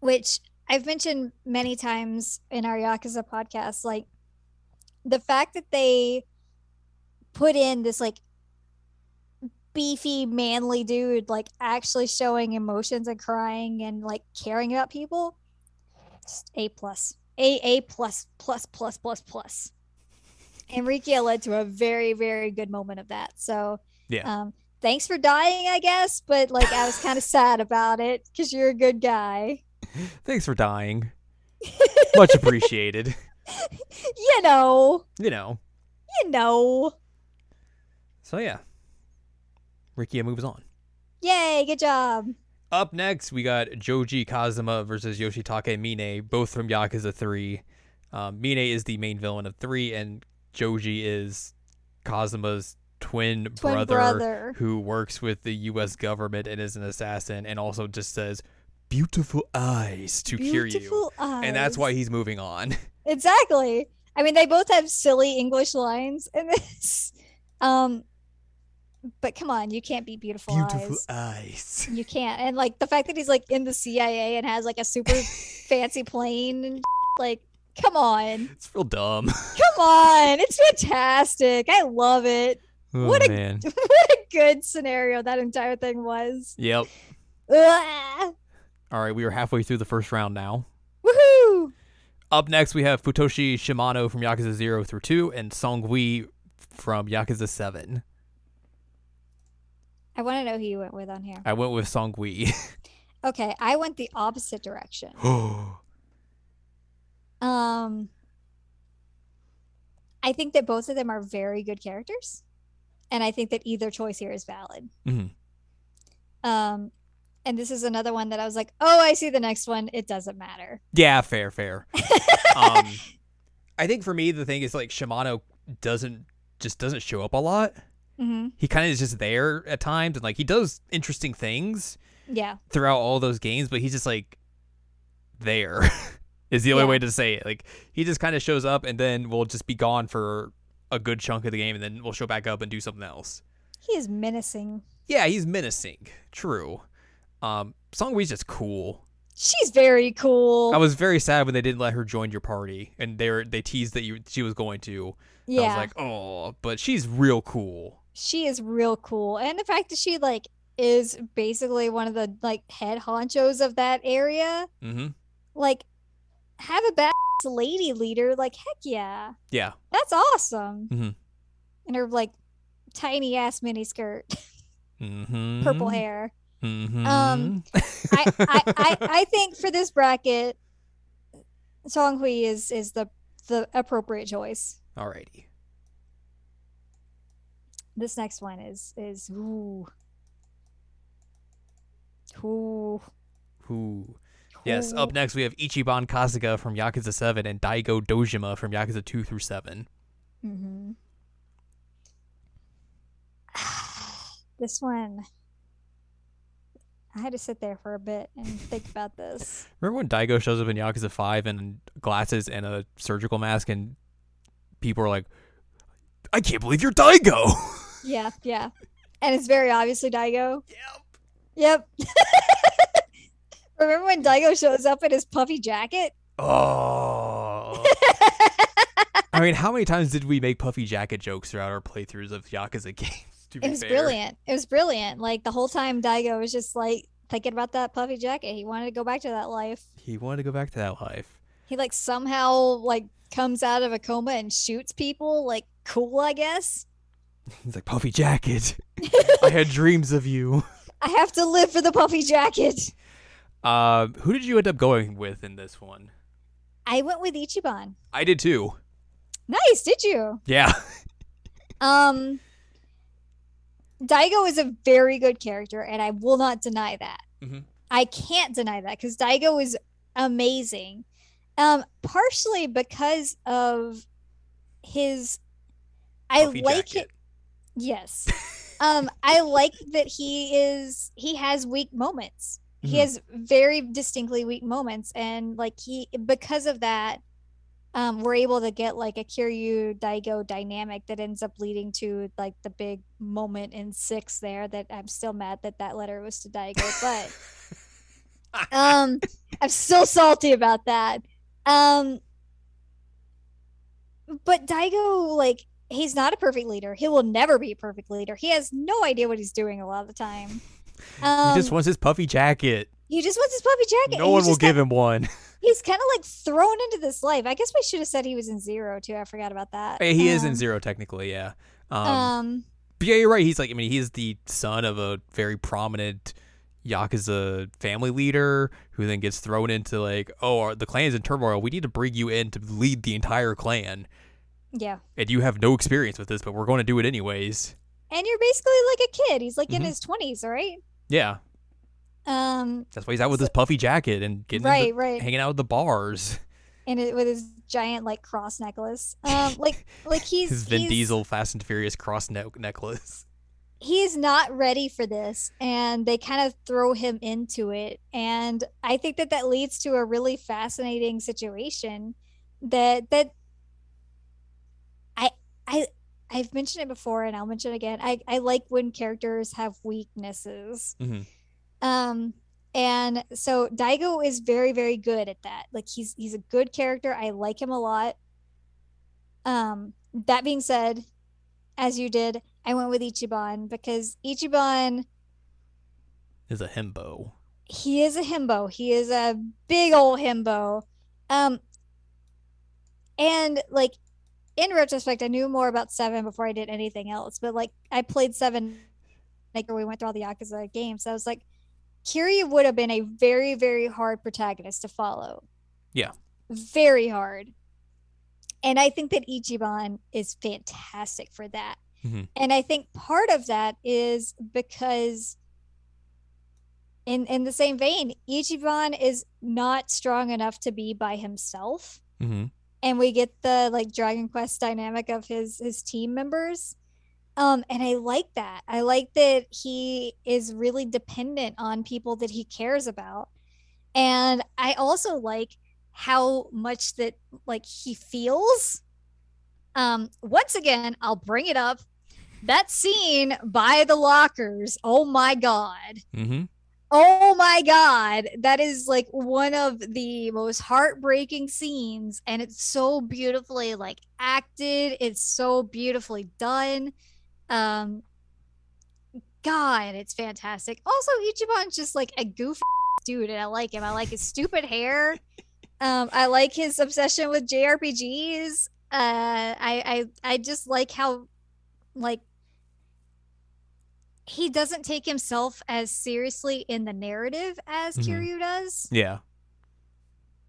which I've mentioned many times in our Yakuza podcast. Like the fact that they put in this like beefy, manly dude, like actually showing emotions and crying and like caring about people. Just A plus. A A plus plus plus plus plus. And Rikia led to a very, very good moment of that. So Yeah. um thanks for dying, I guess, but like I was kind of sad about it because you're a good guy. Thanks for dying. Much appreciated. You know, You know. you know. So yeah. Rikia moves on. Yay, good job. Up next, we got Joji Kazuma versus Yoshitake Mine, both from Yakuza 3. Um, Mine is the main villain of 3, and Joji is Kazuma's twin, Twin brother brother. who works with the U.S. government and is an assassin, and also just says "beautiful eyes" to Kiryu, Beautiful eyes. and that's why he's moving on. Exactly. I mean, they both have silly English lines in this. Um, but come on, you can't be beautiful, eyes. eyes. You can't. And like the fact that he's like in the CIA and has like a super fancy plane and like, come on, It's real dumb. come on, it's fantastic. I love it. What a- man. what a good scenario that entire thing was. Yep. Ah, All right, we are halfway through the first round now. woohoo! Up next, we have Futoshi Shimano from Yakuza 0 through 2 and Songhui from Yakuza 7. I want to know who you went with on here. I went with Songhui. Okay, I went the opposite direction. Um, I think that both of them are very good characters, and I think that either choice here is valid. Mhm. Mm-hmm. Um, and this is another one that I was like, oh, I see the next one. It doesn't matter. yeah, fair, fair. um, I think for me, the thing is like Shimano doesn't just doesn't show up a lot. hmm He kind of is just there at times and like he does interesting things Yeah, throughout all those games, but he's just like there is the only Yeah. way to say it. Like he just kind of shows up and then will just be gone for a good chunk of the game and then we'll show back up and do something else. he is menacing. Yeah, he's menacing. True. Um Songwee's just cool. She's very cool. I was very sad when they didn't let her join your party and they were, they teased that you she was going to. I yeah, was like, "Oh, but she's real cool." she is real cool, and the fact that she like is basically one of the like head honchos of that area. Mhm. like have a badass lady leader like heck yeah Yeah. that's awesome Mhm. and her like tiny ass mini skirt Mhm. purple hair Mhm. Um, I, I, I i think for this bracket song hui is is the the appropriate choice Alrighty. this next one is is ooh Ooh. Who Yes, ooh. up next we have Ichiban Kasuga from Yakuza 7 and Daigo Dojima from Yakuza 2 through 7. Mhm. This one, I had to sit there for a bit and think about this. Remember when Daigo shows up in Yakuza 5 and glasses and a surgical mask and people are like, I can't believe you're Daigo! Yeah, yeah. And it's very obviously Daigo. yep. Yep. Remember when Daigo shows up in his puffy jacket? Oh. I mean, how many times did we make Puffy Jacket jokes throughout our playthroughs of Yakuza games? To be It was fair. brilliant. It was brilliant. Like the whole time Daigo was just like thinking about that puffy jacket. He wanted to go back to that life. He wanted to go back to that life. He like somehow like comes out of a coma and shoots people. Like cool, I guess. He's like, Puffy Jacket, I had dreams of you. I have to live for the puffy jacket. Uh, who did you end up going with in this one? I went with Ichiban. I did too. Nice, did you? Yeah. Um Daigo is a very good character and I will not deny that. Mhm. I can't deny that cuz Daigo is amazing. Um partially because of his I like it. Yes. um I like that he is he has weak moments. he Mhm. has very distinctly weak moments and like he because of that um we're able to get like a kiryu daigo dynamic that ends up leading to like the big moment in six there that i'm still mad that that letter was to daigo but um i'm still salty about that um but daigo like he's not a perfect leader he will never be a perfect leader he has no idea what he's doing a lot of the time um, he just wants his puffy jacket. he just wants his puppy jacket. No one will just give him one. he's kind of like thrown into this life. I guess we should have said he was in zero too. I forgot about that. Hey, he is in Um, zero technically, yeah. Um, Um, but yeah, you're right. He's like, I mean, he is the son of a very prominent yakuza family leader who then gets thrown into like, oh, our, the clan's in turmoil. We need to bring you in to lead the entire clan, yeah, and you have no experience with this, but we're going to do it anyways. and you're basically like a kid. He's like in Mhm. his twenties, right? Yeah, Um, that's why he's out with his puffy jacket and getting into- right, right. hanging out at the bars. and it, with his giant like cross necklace. Um, like like he's His Vin he's, Diesel Fast and Furious cross ne- necklace. He's not ready for this, and they kind of throw him into it, and I think that that leads to a really fascinating situation. That that I I I've mentioned it before, and I'll mention it again. I I like when characters have weaknesses. Mhm. Um. And so Daigo is very, very good at that. Like he's he's a good character. I like him a lot. Um, that being said, as you did, I went with Ichiban because Ichiban, Is a himbo. he is a himbo. He is a big old himbo. Um, and like in retrospect, I knew more about Seven before I did anything else. But like I played Seven, like we went through all the Yakuza games. I was like, Kiryu would have been a very, very hard protagonist to follow. Yeah. Very hard. And I think that Ichiban is fantastic for that. Mhm. And I think part of that is because in in the same vein, Ichiban is not strong enough to be by himself Mm-hmm. and we get the like Dragon Quest dynamic of his his team members. Um, and I like that. I like that he is really dependent on people that he cares about. And I also like how much that like he feels. Um, once again, I'll bring it up. That scene by the lockers. Oh my god. Mm-hmm. Oh my God. That is like one of the most heartbreaking scenes. And it's so beautifully like acted. It's so beautifully done. Um God, it's fantastic. Also, Ichiban's just like a goofy dude, and I like him. I like his stupid hair. Um, I like his obsession with JRPGs. Uh I I, I just like how like he doesn't take himself as seriously in the narrative as Mhm. Kiryu does. Yeah.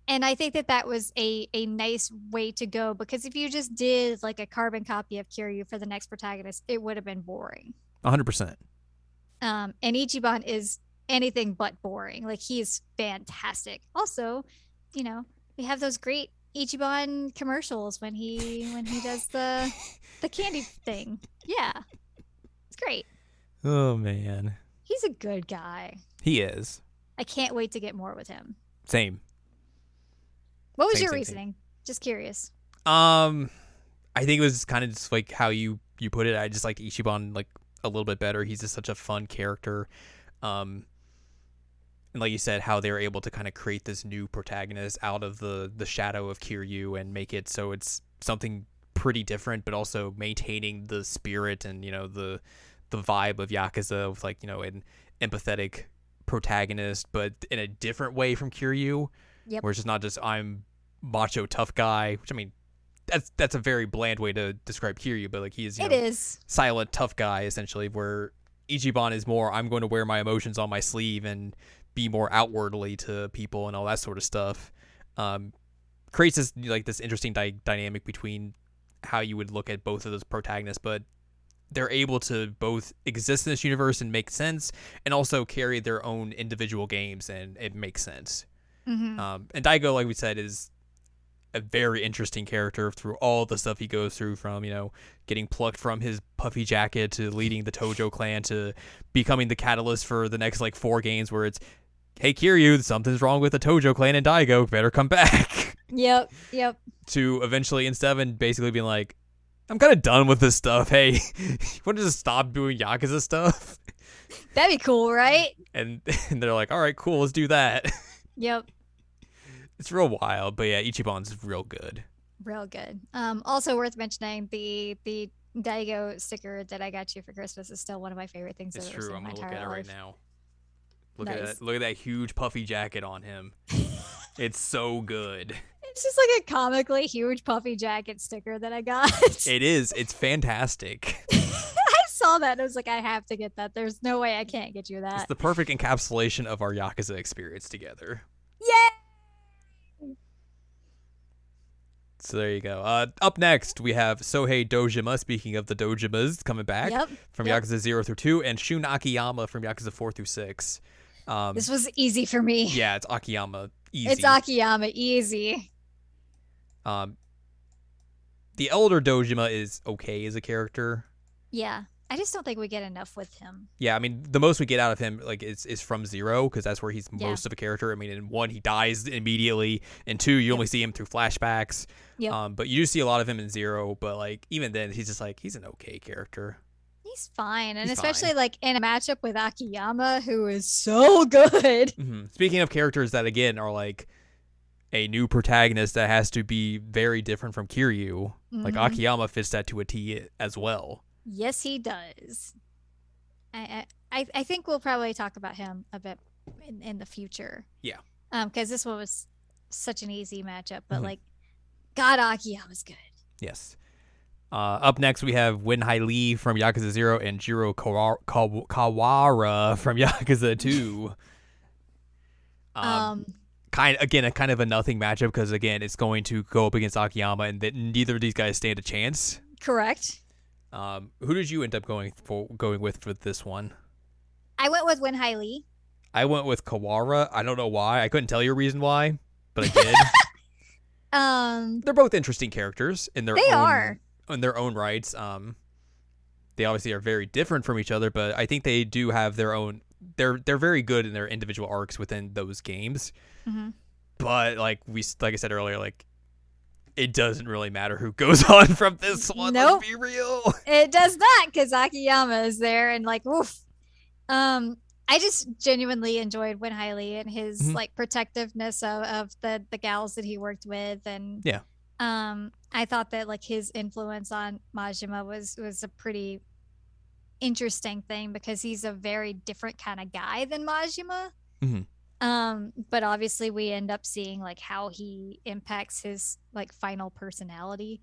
And I think that that was a, a nice way to go because if you just did like a carbon copy of Kiryu for the next protagonist, it would have been boring. hundred percent. Um, and Ichiban is anything but boring. Like he is fantastic. Also, you know, we have those great Ichiban commercials when he when he does the the candy thing. Yeah, it's great. Oh man. He's a good guy. He is. I can't wait to get more with him. Same. What was Same, your same, same. reasoning? Just curious. Um I think it was kind of just like how you you put it. I just like Ichiban like a little bit better. He's just such a fun character. Um and like you said, how they were able to kind of create this new protagonist out of the the shadow of Kiryu and make it so it's something pretty different, but also maintaining the spirit and you know the the vibe of Yakuza with like you know an empathetic protagonist, but in a different way from Kiryu, Yep. where it's just not just I'm macho tough guy, which I mean that's that's a very bland way to describe Kiryu, but like he is you It know, is. silent tough guy essentially where ichiban is more i'm going to wear my emotions on my sleeve and be more outwardly to people and all that sort of stuff um, creates this like this interesting di- dynamic between how you would look at both of those protagonists but they're able to both exist in this universe and make sense and also carry their own individual games and it makes sense Mhm. um, and Daigo, like we said, is a very interesting character through all the stuff he goes through from, you know, getting plucked from his puffy jacket to leading the Tojo clan to becoming the catalyst for the next like four games where it's, hey, Kiryu, something's wrong with the Tojo clan and Daigo, better come back. Yep. Yep. to eventually in seven basically being like, I'm kind of done with this stuff. Hey, you want to just stop doing Yakuza stuff? That'd be cool, right? And, and they're like, all right, cool, let's do that. Yep. It's real wild, but yeah, Ichiban's real good. Real good. Um, also worth mentioning the the Daigo sticker that I got you for Christmas is still one of my favorite things It's I've ever true. I'm seen in my gonna look entire at it right life. now. Look at Nice. that! Look at that huge puffy jacket on him. it's so good. It's just like a comically huge puffy jacket sticker that I got. It is. It's fantastic. I saw that and I was like, I have to get that. There's no way I can't get you It's that. the perfect encapsulation of our Yakuza experience together. Yeah. So there you go. Uh, up next, we have Sohei Dojima. Speaking of the Dojimas coming back Yep. from yep. Yakuza zero through two, and Shun Akiyama from Yakuza four through six. Um, This was easy for me. yeah, it's Akiyama. Easy. It's Akiyama. Easy. Um, the elder Dojima is okay as a character. Yeah. I just don't think we get enough with him. Yeah, I mean the most we get out of him like is is from zero because that's where he's Yeah. most of a character. I mean, in one he dies immediately, in two you Yep. only see him through flashbacks. Yep. Um, but you do see a lot of him in zero. But like even then, he's just like he's an okay character. He's fine. And He's especially like in a matchup with Akiyama, who is so good. hmm Speaking of characters that again are like a new protagonist that has to be very different from Kiryu, like Mhm. Akiyama fits that to a T as well. Yes, he does. I, I I- I think we'll probably talk about him a bit in, in the future. Yeah. Um, because this one was such an easy matchup, but Mhm. like, God Akiyama's good. Yes. Uh, up next, we have Win Hai Lee from Yakuza 0 and Jiro Kawa- Kaw- Kawara from Yakuza 2. Um, Um, kind again, a kind of a nothing matchup because again, it's going to go up against Akiyama, and that neither of these guys stand a chance. correct. Um, who did you end up going for going with for this one? I went with Win Hai Lee. I went with Kawara. I don't know why. I couldn't tell you a reason why, but I did. Um, They're both interesting characters in their They own, are. in their own rights. Um, they obviously are very different from each other, but I think they do have their own. They're they're very good in their individual arcs within those games. mhm. But like we s- like I said earlier, like it doesn't really matter who goes on from this one. Nope. Let's be real. it does not because Akiyama is there and like, oof. Um, I just genuinely enjoyed Win Hai Lee and his Mhm. like protectiveness of, of the the gals that he worked with and Yeah. Um, I thought that like his influence on Majima was was a pretty interesting thing because he's a very different kind of guy than Majima. Mhm. Um, but obviously we end up seeing like how he impacts his like final personality.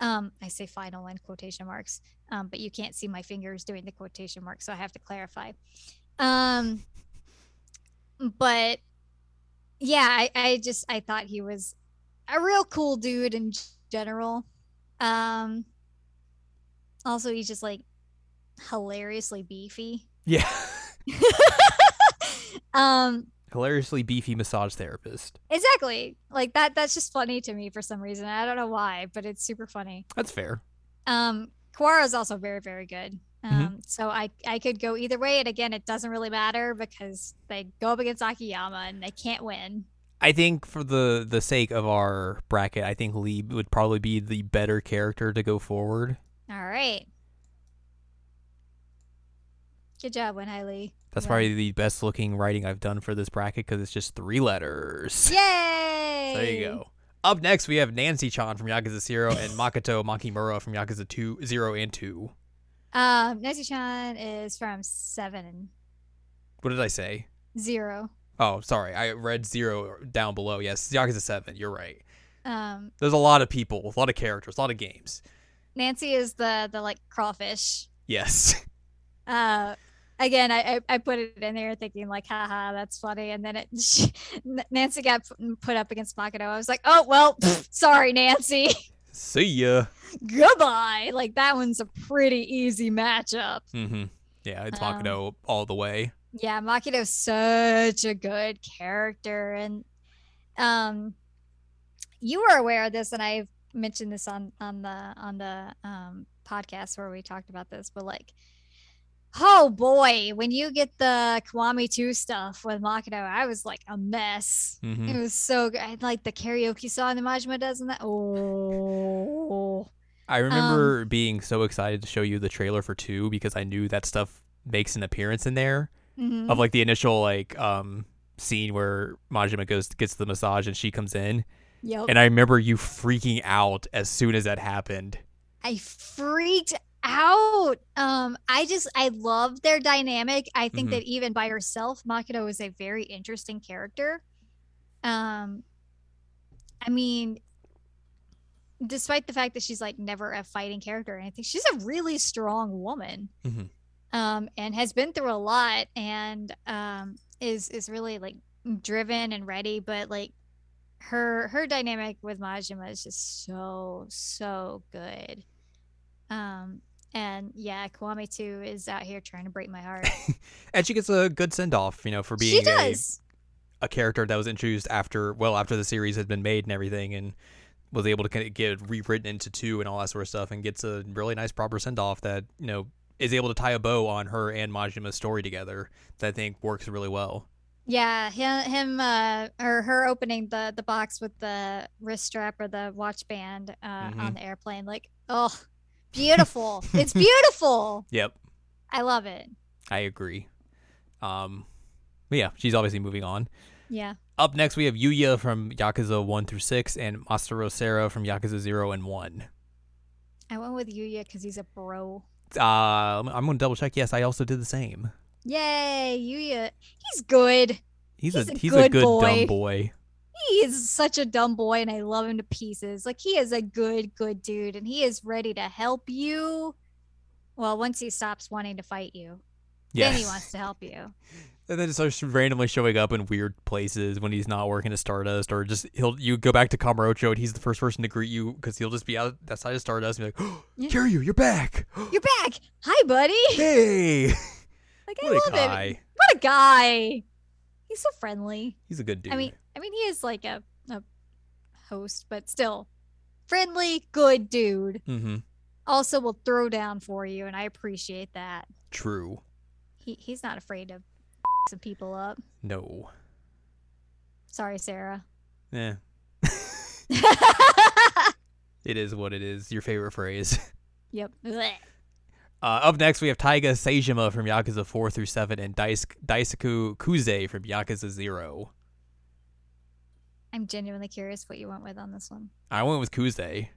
Um, I say final in quotation marks, um, but you can't see my fingers doing the quotation marks, so I have to clarify. Um, but yeah, I, I just I thought he was a real cool dude in g- general. Um, also, he's just like hilariously beefy. Yeah. um, Hilariously beefy massage therapist. exactly. Like that. That's just funny to me for some reason. I don't know why, but it's super funny. That's fair. Um, Quara is also very, very good. Um, Mhm. so I I could go either way, and again, it doesn't really matter because they go up against Akiyama and they can't win. I think for the the sake of our bracket, I think Lee would probably be the better character to go forward. All right. Good job, Wenhai That's Yeah. probably the best looking writing I've done for this bracket because it's just three letters. Yay! There you go. Up next, we have Nancy Chan from Yakuza 0 and Makoto Makimura from Yakuza 2, 0 and 2. Um, Nancy Chan is from seven and What did I say? zero. Oh, sorry. I read 0 down below. Yes, Yakuza 7. You're right. Um, There's a lot of people, a lot of characters, a lot of games. Nancy is the the like crawfish. Yes. Uh, again, I, I I put it in there thinking like, haha, that's funny, and then it N- Nancy got p- put up against Makoto. I was like, oh well, pfft, sorry, Nancy, See ya. goodbye. Like that one's a pretty easy matchup. hmm Yeah, it's Um, Makoto all the way. Yeah, Makoto's such a good character, and um, you were aware of this, and I've mentioned this on on the on the um podcast where we talked about this, but like, oh boy, when you get the Kiwami two stuff with Makoto, I was like a mess. hmm It was so good, I like the karaoke song the Majima does, and that oh, I remember being so excited to show you the trailer for 2 because I knew that stuff makes an appearance in there. Mhm. of like the initial like um scene where Majima goes gets the massage and she comes in. yep. And I remember you freaking out as soon as that happened. I freaked out. Um, I just I love their dynamic. I think Mhm. that even by herself, Makoto is a very interesting character. Um, I mean, despite the fact that she's like never a fighting character or anything, she's a really strong woman. Mhm. Um, and has been through a lot and um is is really like driven and ready, but like her her dynamic with Majima is just so so good. Um and yeah, Kiwami too is out here trying to break my heart. And she gets a good send off, you know, for she being a, does. a character that was introduced after well after the series had been made and everything and was able to kind of get rewritten into two and all that sort of stuff, and gets a really nice proper send off that you know is able to tie a bow on her and Majima's story together. That I think works really well. Yeah, him, him uh, or her opening the the box with the wrist strap or the watch band uh, Mhm. on the airplane, like, oh, beautiful! it's beautiful. Yep, I love it. I agree. Um, but yeah, she's obviously moving on. Yeah. Up next, we have Yuya from Yakuza 1 through 6 and Masaru Sera from Yakuza 0 and 1. I went with Yuya because he's a bro. Uh, I'm going to double check. Yes, I also did the same. Yay, Yuya. He's good. He's, He's a, a he's a good good dumb boy. boy. He is such a dumb boy and I love him to pieces. Like, he is a good, good dude and he is ready to help you. Well, once he stops wanting to fight you, Yes. then he wants to help you. And then just starts randomly showing up in weird places when he's not working at Stardust, or just he'll you go back to Kamurocho and he's the first person to greet you because he'll just be out outside of Stardust and be like, Yeah. "Hear you, you're back! You're back. Hi, buddy. hey, Like, I what a love guy! him. What a guy. He's so friendly. He's a good dude. I mean, I mean, he is like a, a host, but still friendly, good dude. mm-hmm. Also, will throw down for you, and I appreciate that. True. He he's not afraid to some people up. No. Eh, Sorry, Sarah. Yeah. yep. It is what it is. Your favorite phrase. Blech. Uh, up next, we have Taiga Seijima from Yakuza 4 through 7 and Dais- Daisaku Kuze from Yakuza 0. I'm genuinely curious what you went with on this one. I went with Kuze.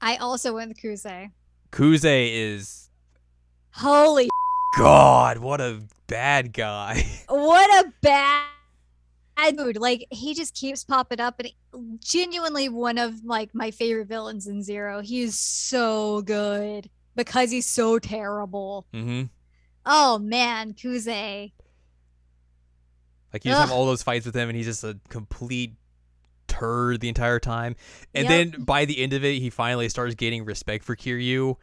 I also went with Kuze. Kuze is. Holy, God, what a bad guy. what a bad dude! Like he just keeps popping up, and genuinely one of like my favorite villains in Zero. He is so good because he's so terrible. mm-hmm. Oh man, Kuze. Like, you just have Ugh. all those fights with him, and he's just a complete turd the entire time. And Yep. then by the end of it, he finally starts getting respect for Kiryu.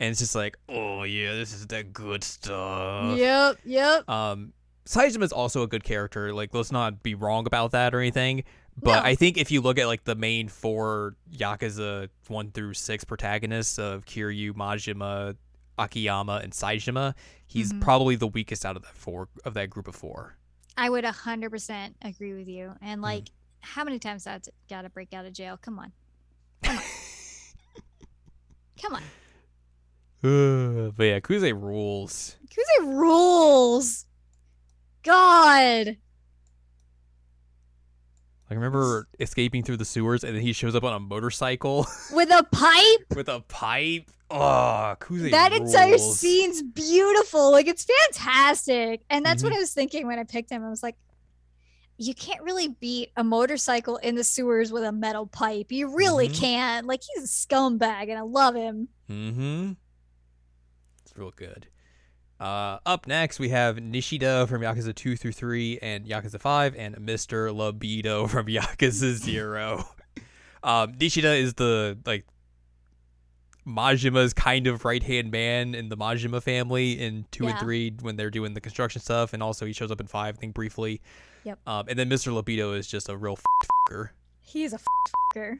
And it's just like, oh, yeah, this is the good stuff. yep, yep. Um, Saijima is also a good character. Like, let's not be wrong about that or anything. But No. I think if you look at like the main four Yakuza one through six protagonists of Kiryu, Majima, Akiyama, and Saijima, he's Mhm. probably the weakest out of that four of that group of four. I would 100% agree with you. And like, how many times I got to break out of jail? Come on. Come on. Come on. but yeah, Kuze rules. Kuze rules. God. I remember escaping through the sewers, and then he shows up on a motorcycle With a pipe? with a pipe. Oh, Kuze that entire rules. scene's beautiful. Like, it's fantastic. And that's what I was thinking when I picked him. I was like, you can't really beat a motorcycle in the sewers with a metal pipe. You really Mhm. can't. Like, he's a scumbag, and I love him. Mm-hmm. It's real good. Uh, up next, we have Nishida from Yakuza 2 through 3 and Yakuza 5, and Mr. Libido from Yakuza 0. um, Nishida is the, like, Majima's kind of right hand man in the Majima family in 2 and Yeah. 3 when they're doing the construction stuff, and also he shows up in 5, I think, briefly. Yep. Um, and then Mr. Libido is just a real fucker. He is a fucker.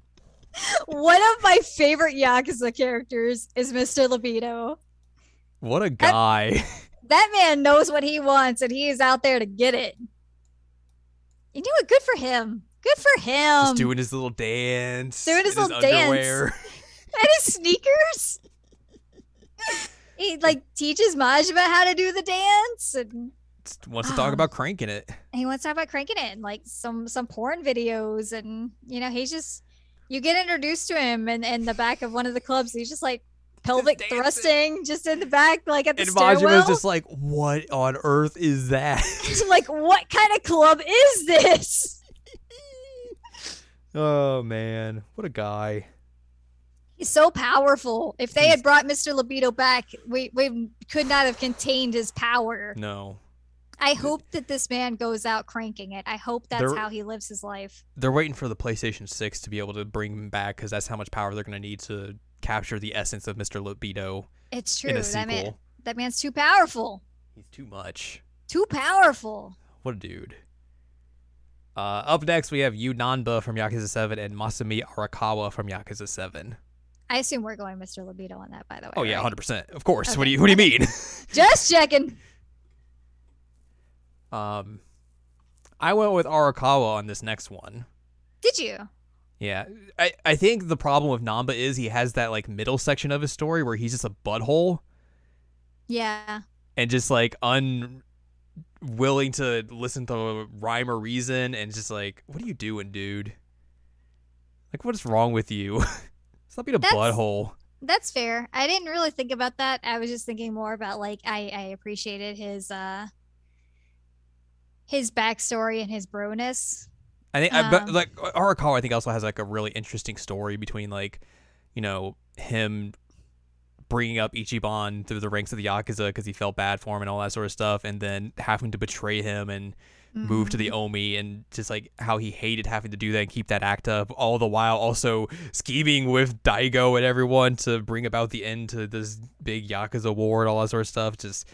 One of my favorite Yakuza characters is Mr. Libido. What a guy. That man knows what he wants and he is out there to get it. You know what? Good for him. Good for him. just doing his little dance. doing um, his in little dance. underwear. and his sneakers. he like teaches Majima how to do the dance and just wants to talk Ah. about cranking it. he wants to talk about cranking it and like some some porn videos and you know he's just you get introduced to him in, in the back of one of the clubs he's just like pelvic dancing. thrusting just in the back like at the And stairwell Majima's just like, what on earth is that? like what kind of club is this oh man, what a guy. he's so powerful if they He's- had brought mr libido back we we could not have contained his power No. i hope that this man goes out cranking it i hope that's There- how he lives his life They're waiting for the PlayStation 6 to be able to bring him back because that's how much power they're going to need to capture the essence of Mr. Libido it's true in a that man sequel. that man's too powerful He's too much. too powerful What a dude. Uh, up next, we have Yu Nanba from Yakuza 7 and Masami Arakawa from Yakuza 7. I assume we're going Mr. Libido on that, by the way. Oh, yeah, right? 100%. Of course. What do Okay. you What do you mean? Just checking. um, I went with Arakawa on this next one. Did you? Yeah, I, I think the problem with Namba is he has that like middle section of his story where he's just a butthole Yeah. and just like unwilling to listen to rhyme or reason and just like, what are you doing, dude? Like, what is wrong with you? Stop being a That's- butthole. That's fair. I didn't really think about that. I was just thinking more about like I, I appreciated his uh his backstory and his broness. I think, I, but Um, like Arakawa, I think also has like a really interesting story between like, you know, him bringing up Ichiban through the ranks of the Yakuza because he felt bad for him and all that sort of stuff, and then having to betray him and move to the Omi, and just like how he hated having to do that and keep that act up, all the while also scheming with Daigo and everyone to bring about the end to this big Yakuza war and all that sort of stuff. Just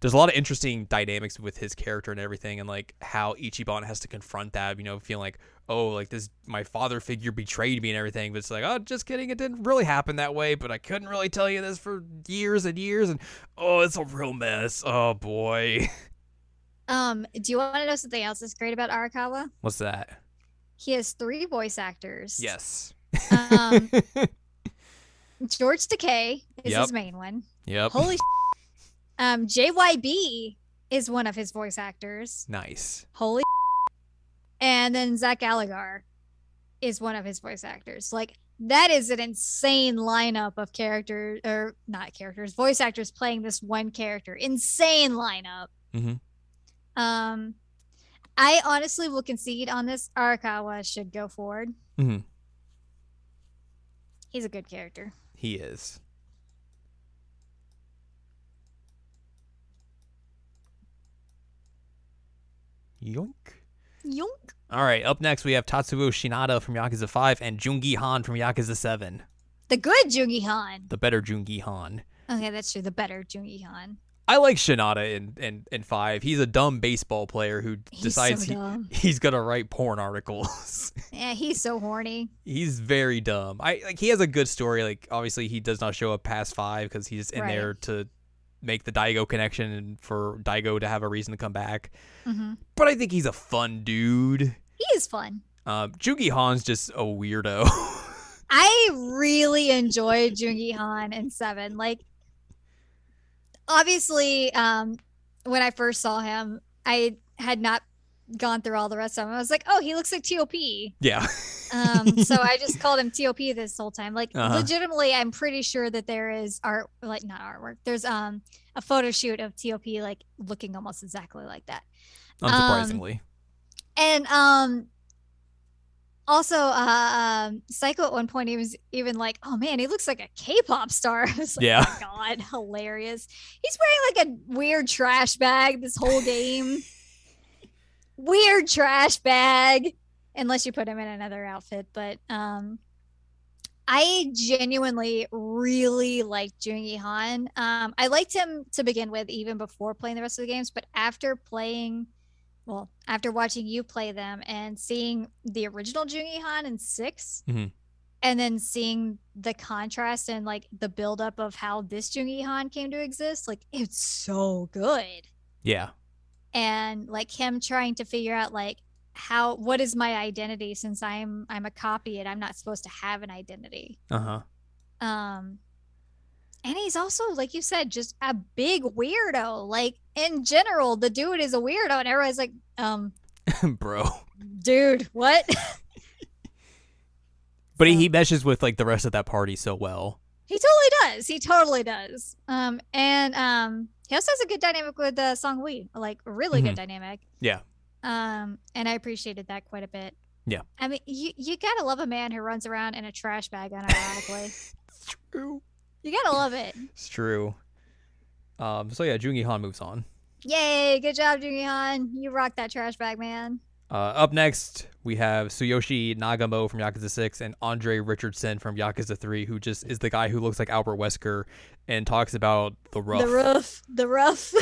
there's a lot of interesting dynamics with his character and everything, and like how Ichiban has to confront that, you know, feeling like, oh, like this, my father figure betrayed me and everything. But it's like, oh, just kidding. It didn't really happen that way, but I couldn't really tell you this for years and years. And oh, it's a real mess. Oh, boy. Um, do you want to know something else that's great about Arakawa? What's that? He has three voice actors. Yes. Um, George Takei is Yep. his main one. yep. Holy. um, JYB is one of his voice actors. Nice. Holy. and then Zach Aligar is one of his voice actors. Like that is an insane lineup of characters or not characters, voice actors playing this one character. Insane lineup. Mhm. Um, I honestly will concede on this. Arakawa should go forward. Mhm. He's a good character. He is. Yoink. Yoink. All right, up next we have Tatsuo Shinada from Yakuza 5 and Jungi Han from Yakuza 7. The good Jungi Han. The better Jungi Han. Okay, that's true. The better Jungi Han. I like Shinada in, in, in 5. He's a dumb baseball player who He's decides so dumb. he, he's going to write porn articles. Yeah, he's so horny. he's very dumb. I like he has a good story. Like obviously he does not show up past five because he's in Right. there to make the Daigo connection and for Daigo to have a reason to come back. hmm But I think he's a fun dude. He is fun. Um, Jugi Han's just a weirdo. I really enjoyed Jungi Han and Seven. Like, obviously, um, when I first saw him, I had not gone through all the rest of them. I was like, oh, he looks like TOP. yeah, Um, so I just called him TOP this whole time. Like, Uh-huh. legitimately, I'm pretty sure that there is art, like not artwork. There's um a photo shoot of TOP like looking almost exactly like that. unsurprisingly. Um, And um also uh um Psycho at one point he was even like, Oh man, he looks like a K-pop star. I was like, Yeah. "Oh my God, hilarious. He's wearing like a weird trash bag this whole game. weird trash bag. Unless you put him in another outfit, but um I genuinely really liked Jungi Han. Um, I liked him to begin with, even before playing the rest of the games. But after playing, well, after watching you play them and seeing the original Jungi Han in 6 Mhm. and then seeing the contrast and like the buildup of how this Jungi Han came to exist, like it's so good yeah, and like him trying to figure out like how what is my identity since i'm i'm a copy and i'm not supposed to have an identity uh huh. um and he's also like you said just a big weirdo like in general the dude is a weirdo and everybody's like um Bro, dude what but he So- he meshes with like the rest of that party so well. he totally does he totally does um and um he also has a good dynamic with uh song Lee, like a really good dynamic Mm-hmm. Yeah. um and i appreciated that quite a bit Yeah. i mean you you gotta love a man who runs around in a trash bag unironically It's true. you gotta love it It's true. Um. So yeah, Jungi Han moves on. yay good job jungi han you rock that trash bag man Uh, up next, we have Tsuyoshi Nagamo from Yakuza 6 and Andre Richardson from Yakuza 3, who just is the guy who looks like Albert Wesker and talks about the rough. The rough. The rough.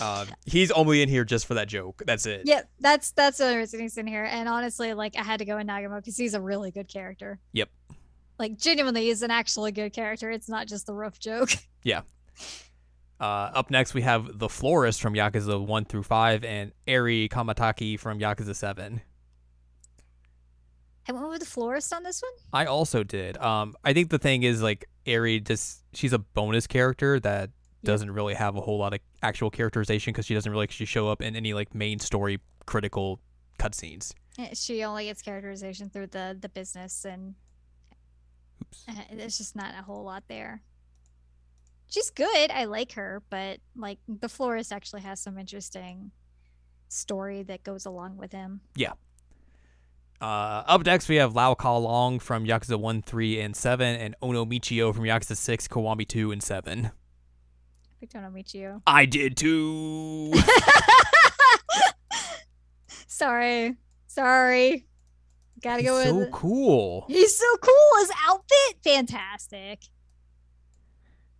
Um, he's only in here just for that joke. That's it. Yeah, that's that's the only reason he's in here. And honestly, like I had to go in Nagamo because he's a really good character. Yep. Like genuinely, he's an actually good character. It's not just the rough joke. Uh, up next, we have the florist from Yakuza 1 through 5 and Eri Kamataki from Yakuza 7. I went with the florist on this one. I also did. Um, I think the thing is, like, Eri just, she's a bonus character that Yeah. doesn't really have a whole lot of actual characterization because she doesn't really actually show up in any, like, main story critical cutscenes. Eh, She only gets characterization through the the business, and Oops. uh, there's just not a whole lot there. She's good. I like her, but like the florist actually has some interesting story that goes along with him. Uh, up next, we have Lao Ka Long from Yakuza 1, 3, and 7 and Ono Michio from Yakuza 6, Kiwami 2, and 7. I picked on Michio. I did too. Sorry. Sorry. Gotta He's go so with. cool. He's so cool. His outfit, fantastic.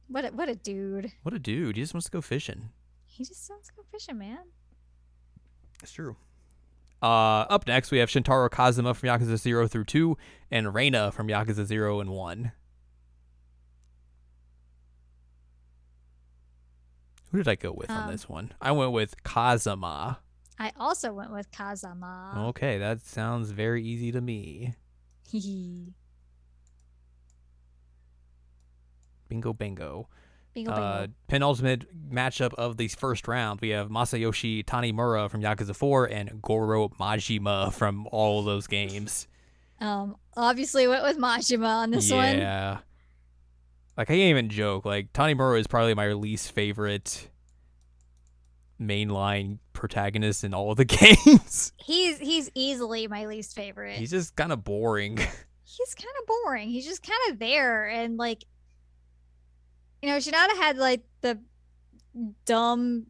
What a, what a dude. What a dude. He just wants to go fishing. He just sounds like a fishing man. It's true. Uh, up next, we have Shintaro Kazuma from Yakuza 0 through 2 and Reina from Yakuza 0 and 1. Who did I go with on Um, this one? I went with Kazuma. I also went with Kazama. Okay, that sounds very easy to me. Hee Bingo, bingo. bingo, bingo. Uh, penultimate matchup of the first round, we have Masayoshi Tanimura from Yakuza 4 and Goro Majima from all those games. um, obviously went with Majima on this one. yeah. Like I can't even joke. Like Tony Burrow is probably my least favorite mainline protagonist in all of the games. He's he's easily my least favorite. He's just kind of boring. he's kind of boring. He's just kind of there and like you know, Shinada had like the dumb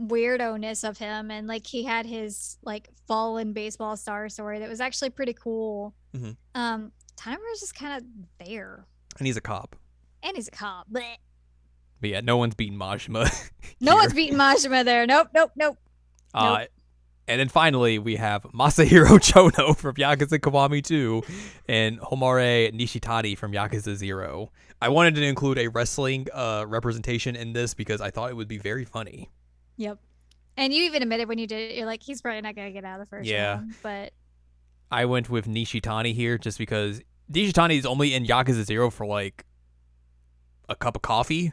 weirdo ness of him and like he had his like fallen baseball star story that was actually pretty cool. Mhm. Um Timer's just kind of there. And he's a cop. And he's a cop. Bleh. But yeah, no one's beaten Majima. No here. one's beating Majima there. Nope, nope, nope. Uh, and then finally we have Masahiro Chono from Yakuza Kiwami 2 and Homare Nishitani from Yakuza 0. I wanted to include a wrestling uh, representation in this because I thought it would be very funny. Yep. And you even admitted when you did it, you're like, he's probably not gonna get out of the first Yeah. round. But I went with Nishitani here just because Nishitani is only in Yakuza Zero for like a cup of coffee.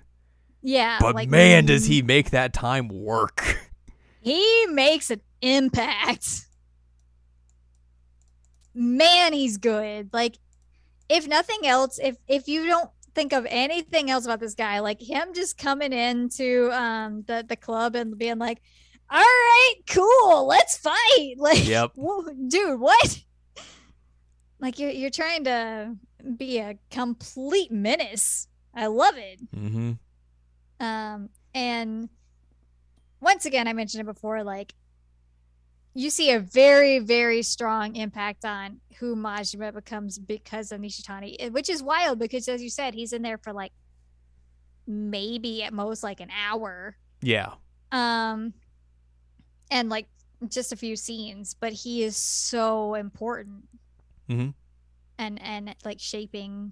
yeah, But like, man, does mm. he make that time work. He makes an impact. Man, he's good. Like, if nothing else, if if you don't think of anything else about this guy, like him just coming into um the the club and being like, "All right, cool, let's fight." Like, Yep. "Whoa, dude, what? Like you're you're trying to be a complete menace. I love it. Mm-hmm. Um, and once again, I mentioned it before, like you see a very, very strong impact on who Majima becomes because of Nishitani, eh, which is wild because as you said, he's in there for like maybe at most like an hour. Yeah. Um and like just a few scenes, but he is so important. Mhm. And and like shaping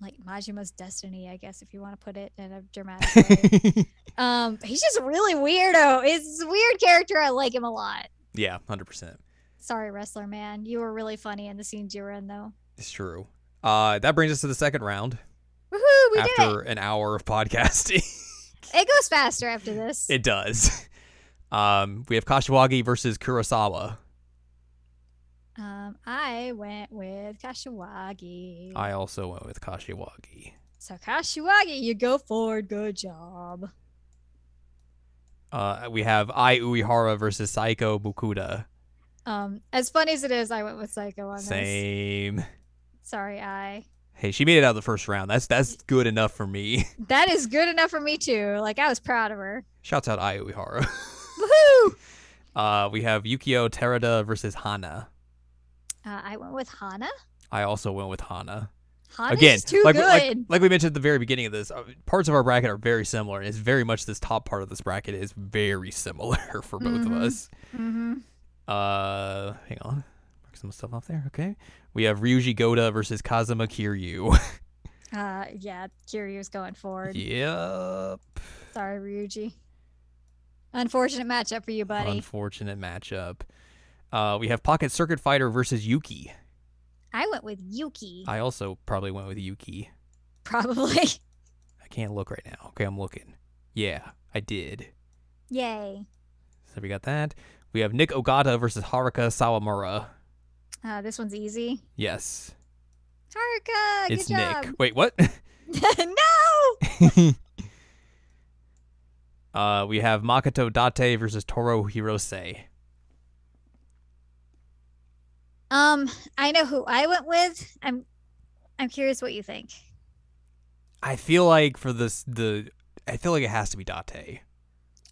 like Majima's destiny, I guess, if you want to put it in a dramatic way. Um, he's just really weirdo. He's a weird character. I like him a lot. yeah, 100%. Sorry, wrestler man. You were really funny in the scenes you were in, though. It's true. Uh, that brings us to the second round Woohoo! We did it. after an hour of podcasting. It goes faster after this. it does. Um, we have Kashiwagi versus Kurosawa. um, I went with Kashiwagi. I also went with Kashiwagi. so Kashiwagi, you go forward. Good job. Uh, we have Ai Uehara versus Saiko Bukuda. Um, as funny as it is, I went with Psycho on this. Same. Sorry, I. Hey, she made it out of the first round. That's that's good enough for me. That is good enough for me too. Like I was proud of her. Shouts out Ai Uehara. Woohoo! Uh, we have Yukio Terada versus Hana. Uh, I went with Hana. I also went with Hana. Hana's Again, too like, good. like like we mentioned at the very beginning of this, uh, parts of our bracket are very similar, and it's very much this top part of this bracket is very similar for both of Mhm. us. hmm Uh, hang on, mark some stuff off there. Okay, we have Ryuji Goda versus Kazuma Kiryu. Uh, yeah, Kiryu's going forward. yep, Sorry, Ryuji. Unfortunate matchup for you, buddy. unfortunate matchup. Uh, we have Pocket Circuit Fighter versus Yuki. I went with Yuki, I also probably went with Yuki. probably. I can't look right now. Okay, I'm looking. Yeah, I did. Yay. So we got that. We have Nick Ogata versus Haruka Sawamura. Uh, this one's easy. Yes, Haruka, it's good job. Nick. Wait, what? no. uh, we have Makoto Date versus Toro Hirose. Um, I know who I went with. I'm, I'm curious what you think. I feel like for this, the I feel like it has to be Date.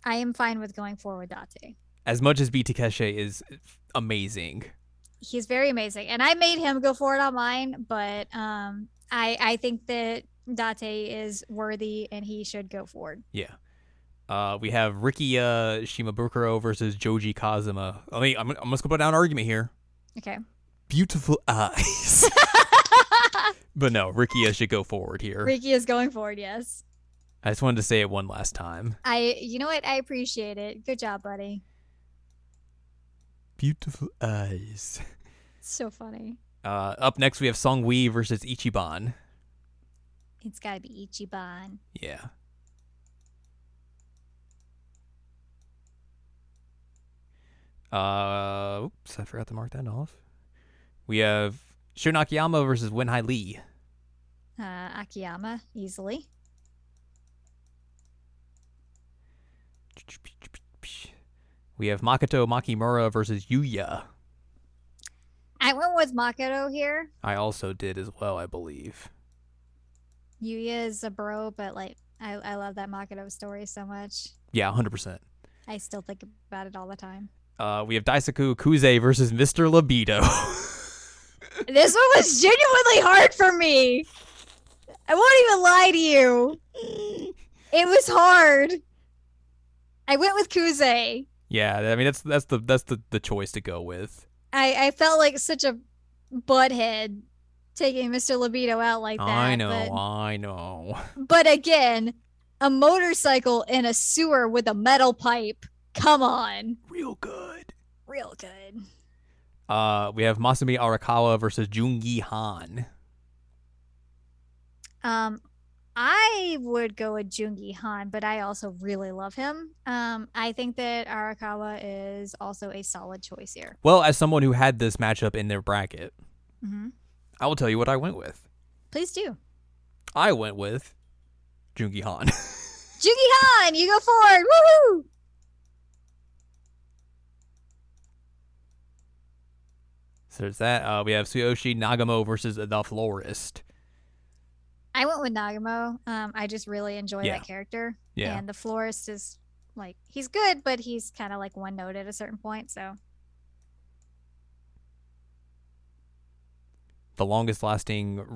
I am fine with going forward, Date. As much as B. Takeshi is amazing, He's very amazing, and I made him go forward on mine, but um, I, I think that Date is worthy and he should go forward. yeah. Uh, we have Ricky uh, Shimabukuro versus Joji Kazuma. I mean, I'm, I'm just gonna put down an argument here. Okay. Beautiful eyes, but no, Ricky should go forward here. Ricky is going forward. Yes. I just wanted to say it one last time. I, you know what? I appreciate it. Good job, buddy. Beautiful eyes. So funny. Uh, up next, we have Song Wei versus Ichiban. It's got to be Ichiban. Yeah. Uh, oops, I forgot to mark that off. We have Shunakiyama versus Wenhai Lee. Uh, Akiyama, easily. We have Makoto Makimura versus Yuya. I went with Makoto here. I also did as well, I believe. Yuya is a bro, but like, I, I love that Makoto story so much. Yeah, 100%. I still think about it all the time. Uh, we have Daisaku Kuze versus Mr. Libido. this one was genuinely hard for me. I won't even lie to you. It was hard. I went with Kuze. yeah, I mean that's that's the that's the, the choice to go with. I, I felt like such a butthead taking Mr. Libido out like that. I know, but- I know. But again, a motorcycle in a sewer with a metal pipe. Come on. Real good. Real good. Uh, we have Masumi Arakawa versus Jungi Han. Um I would go with Jungi Han, but I also really love him. Um I think that Arakawa is also a solid choice here. Well, as someone who had this matchup in their bracket, hmm I will tell you what I went with. Please do. I went with Jungi Han. Jungi Han, you go forward. Woohoo! so there's that. Uh, we have Tsuyoshi Nagamo versus The Florist. I went with Nagamo. Um I just really enjoy Yeah. that character. Yeah. And the florist is like he's good, but he's kind of like one note at a certain point, so The longest lasting r-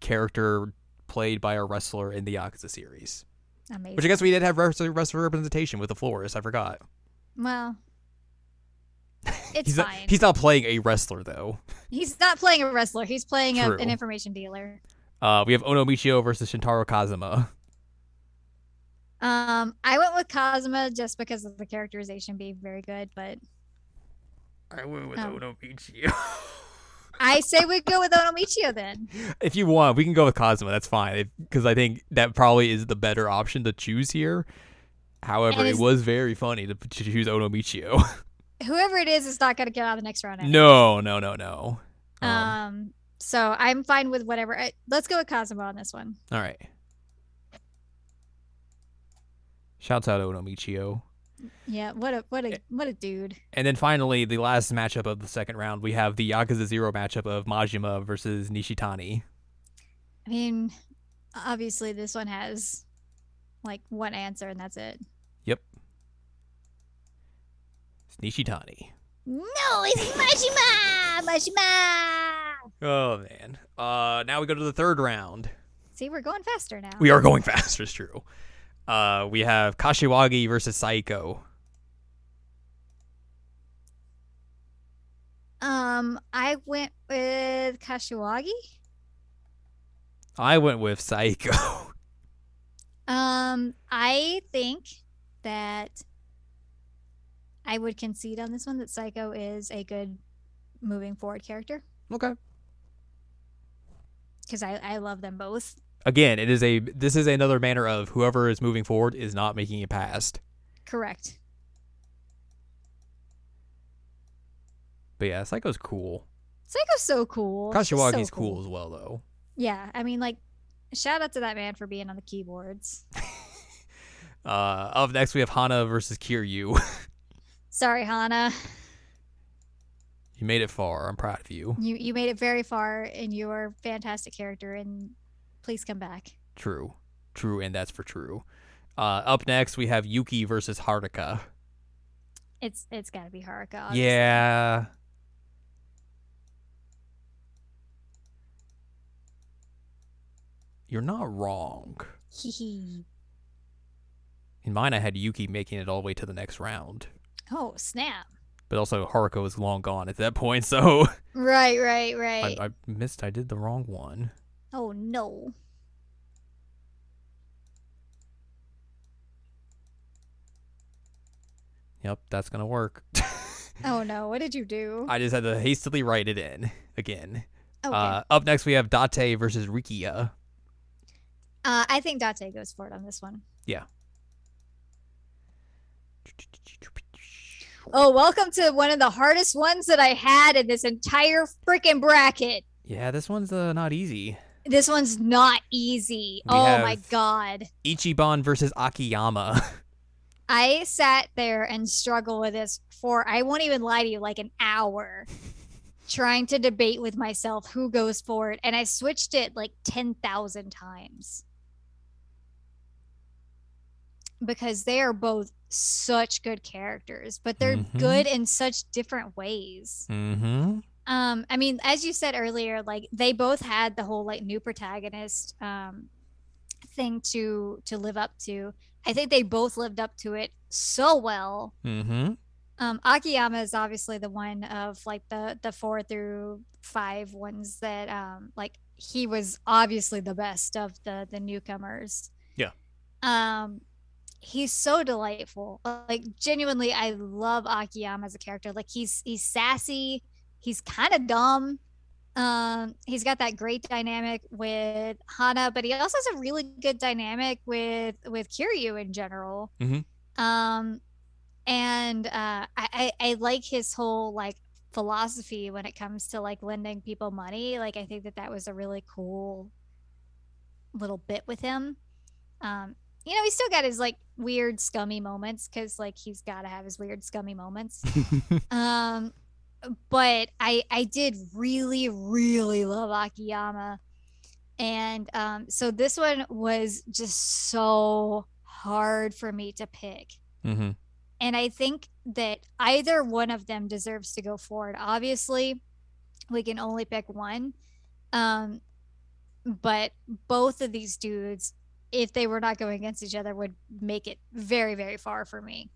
character played by a wrestler in the Yakuza series. amazing. Which I guess we did have wrestler, wrestler representation with The Florist. I forgot. Well, it's he's fine. Not, he's not playing a wrestler, though. he's not playing a wrestler. He's playing a, True. an information dealer. Uh, we have Ono Michio versus Shintaro Kazuma. Um, I went with Cosma just because of the characterization being very good, but I went with Oh. Ono Michio. I say we go with Onomichio then. if you want, we can go with Cosmo. That's fine. Because I think that probably is the better option to choose here. However, And it it's- was very funny to, to choose Ono Michio. Whoever it is, is not going to get out of the next round. anyway. no, no, no, no. Um, Um, so I'm fine with whatever. I, let's go with Cosma on this one. all right. Shouts out Ono Michio. Yeah, what a what a what a dude. And then finally, the last matchup of the second round, we have the Yakuza Zero matchup of Majima versus Nishitani. I mean, obviously this one has like one answer and that's it. It's Nishitani. No, it's Majima! Majima! Oh man. Uh, now we go to the third round. See, we're going faster now. We are going fast. It's true. Uh, we have Kashiwagi versus Saiko. Um, I went with Kashiwagi. I went with Saiko. Um, I think that I would concede on this one that Psycho is a good moving forward character okay. because I, I love them both. Again, it is a this is another manner of whoever is moving forward is not making it past. Correct. But yeah, Psycho's cool. Psycho's so cool. She's so Kashiwagi's cool. as well though. Yeah, I mean, like, shout out to that man for being on the keyboards. Uh, up next we have Hana versus Kiryu. Sorry, Hana. you made it far. I'm proud of you. You you made it very far, and you are a fantastic character. And please come back. True. True, and that's for true. Uh, up next we have Yuki versus Haruka. It's it's gotta be Haruka. obviously. Yeah. You're not wrong. Hee hee. In mine, I had Yuki making it all the way to the next round, oh snap! but also Haruko was long gone at that point, so Right, right, right. I, I missed. I did the wrong one. oh no. Yep, that's gonna work. Oh no. What did you do? I just had to hastily write it in again. okay. Uh, up next, we have Date versus Rikia. Uh, I think Date goes for it on this one. Oh, welcome to one of the hardest ones that I had in this entire freaking bracket. Yeah, this one's uh, not easy. This one's not easy. We oh my have- god. Ichiban versus Akiyama. I sat there and struggled with this for I won't even lie to you, like an hour trying to debate with myself who goes for it. And I switched it like 10,000 times because they are both such good characters, but they're Mhm. good in such different ways. mm-hmm. Um, I mean, as you said earlier, like they both had the whole like new protagonist um thing to to live up to. I think they both lived up to it so well. Mm-hmm. Um Akiyama is obviously the one of like the the four through five ones that um like he was obviously the best of the the newcomers. Yeah. Um he's so delightful. Like genuinely I love Akiyama as a character. Like he's he's sassy, he's kind of dumb. Um, he's got that great dynamic with Hana, but he also has a really good dynamic with with Kiryu in general. Mhm. Um, and uh, I, I I like his whole like philosophy when it comes to like lending people money. Like I think that that was a really cool little bit with him. Um, you know, he's still got his like weird scummy moments because like he's got to have his weird scummy moments um but i i did really really love akiyama and um so this one was just so hard for me to pick mm-hmm. and i think that either one of them deserves to go forward obviously we can only pick one um but both of these dudes if they were not going against each other would make it very very far for me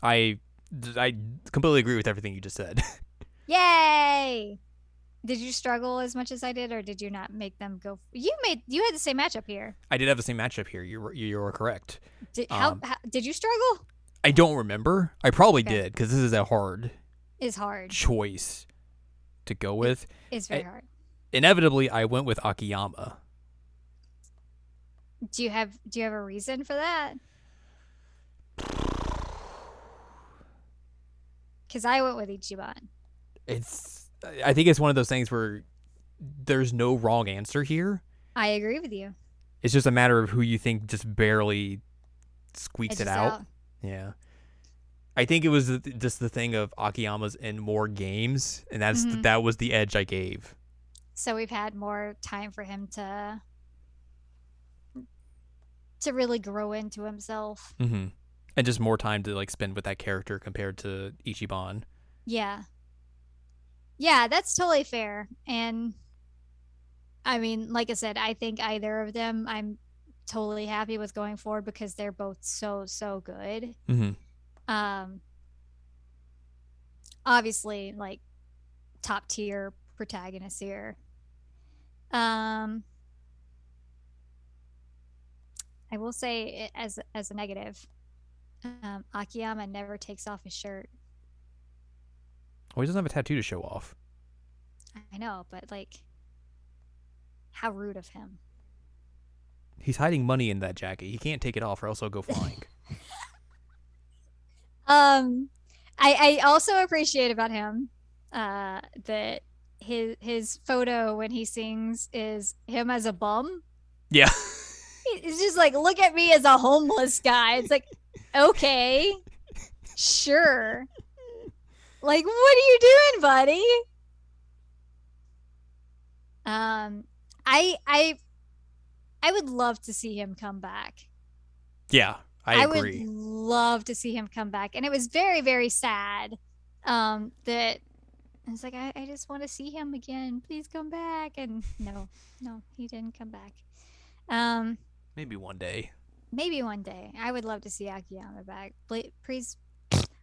I I completely agree with everything you just said. Yay! Did you struggle as much as I did, or did you not make them go? You made you had the same matchup here. I did have the same matchup here. You were, you were correct. Did how, Um, how did you struggle? I don't remember. I probably Okay. did because this is a hard Is hard. choice to go with. It's very I- hard. Inevitably, I went with Akiyama. Do you have do you have a reason for that? Because I went with Ichiban. It's I- I think it's one of those things where there's no wrong answer here. I agree with you. It's just a matter of who you think just barely squeaks It's it just out. Yeah. I think it was th- just the thing of Akiyama's in more games, and that's Mhm. that was the edge I gave. So we've had more time for him to to really grow into himself. Mm-hmm. And just more time to like spend with that character compared to Ichiban. Yeah. yeah, that's totally fair. And I mean, like I said, I think either of them I'm totally happy with going forward because they're both so so good. Mm-hmm. Um obviously like top tier protagonists here. Um I will say it as as a negative. Um Akiyama never takes off his shirt. Well, he doesn't have a tattoo to show off. I know, but like, how rude of him. He's hiding money in that jacket. He can't take it off, or else he'll go flying. Um, I I also appreciate about him, uh, that his his photo when he sings is him as a bum. yeah. He- He's just like, look at me as a homeless guy. It's like, okay, sure. Like, what are you doing, buddy? Um, I I I would love to see him come back. Yeah. I would agree. love to see him come back. And it was very, very sad um, that I was like, I, I just want to see him again. Please come back. And no, no, he didn't come back. Um, Maybe one day. maybe one day. I would love to see Akiyama back. Pl- Please,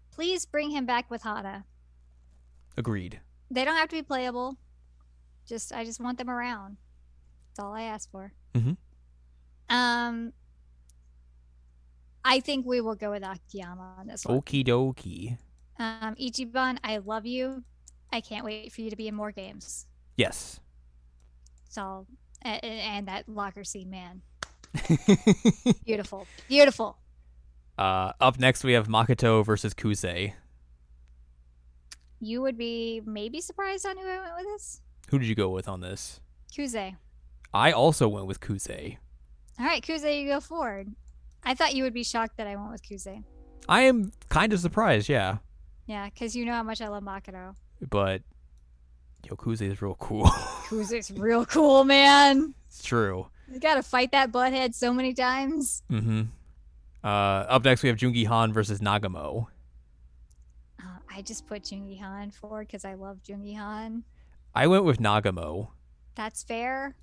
please bring him back with Hana. Agreed. They don't have to be playable. Just I just want them around. That's all I ask for. Mhm. Um, I think we will go with Akiyama on this one. Okie dokie. Um, Ichiban, I love you. I can't wait for you to be in more games. Yes. So, and, and that locker scene, man, beautiful, beautiful. uh, up next, we have Makoto versus Kusei. You would be maybe surprised on who I went with this. Who did you go with on this? Kuze. I also went with Kusei. All right, Kuze, you go forward. I thought you would be shocked that I went with Kuze. I am kind of surprised, yeah. Yeah, because you know how much I love Makoto. But yo, Kusei is real cool. Kuze's real cool, man. it's true. You gotta fight that butthead so many times. Mm-hmm. Uh, up next, we have Jungi Han versus Nagamo. Uh, I just put Jungi Han forward because I love Jungi Han. I went with Nagamo That's fair.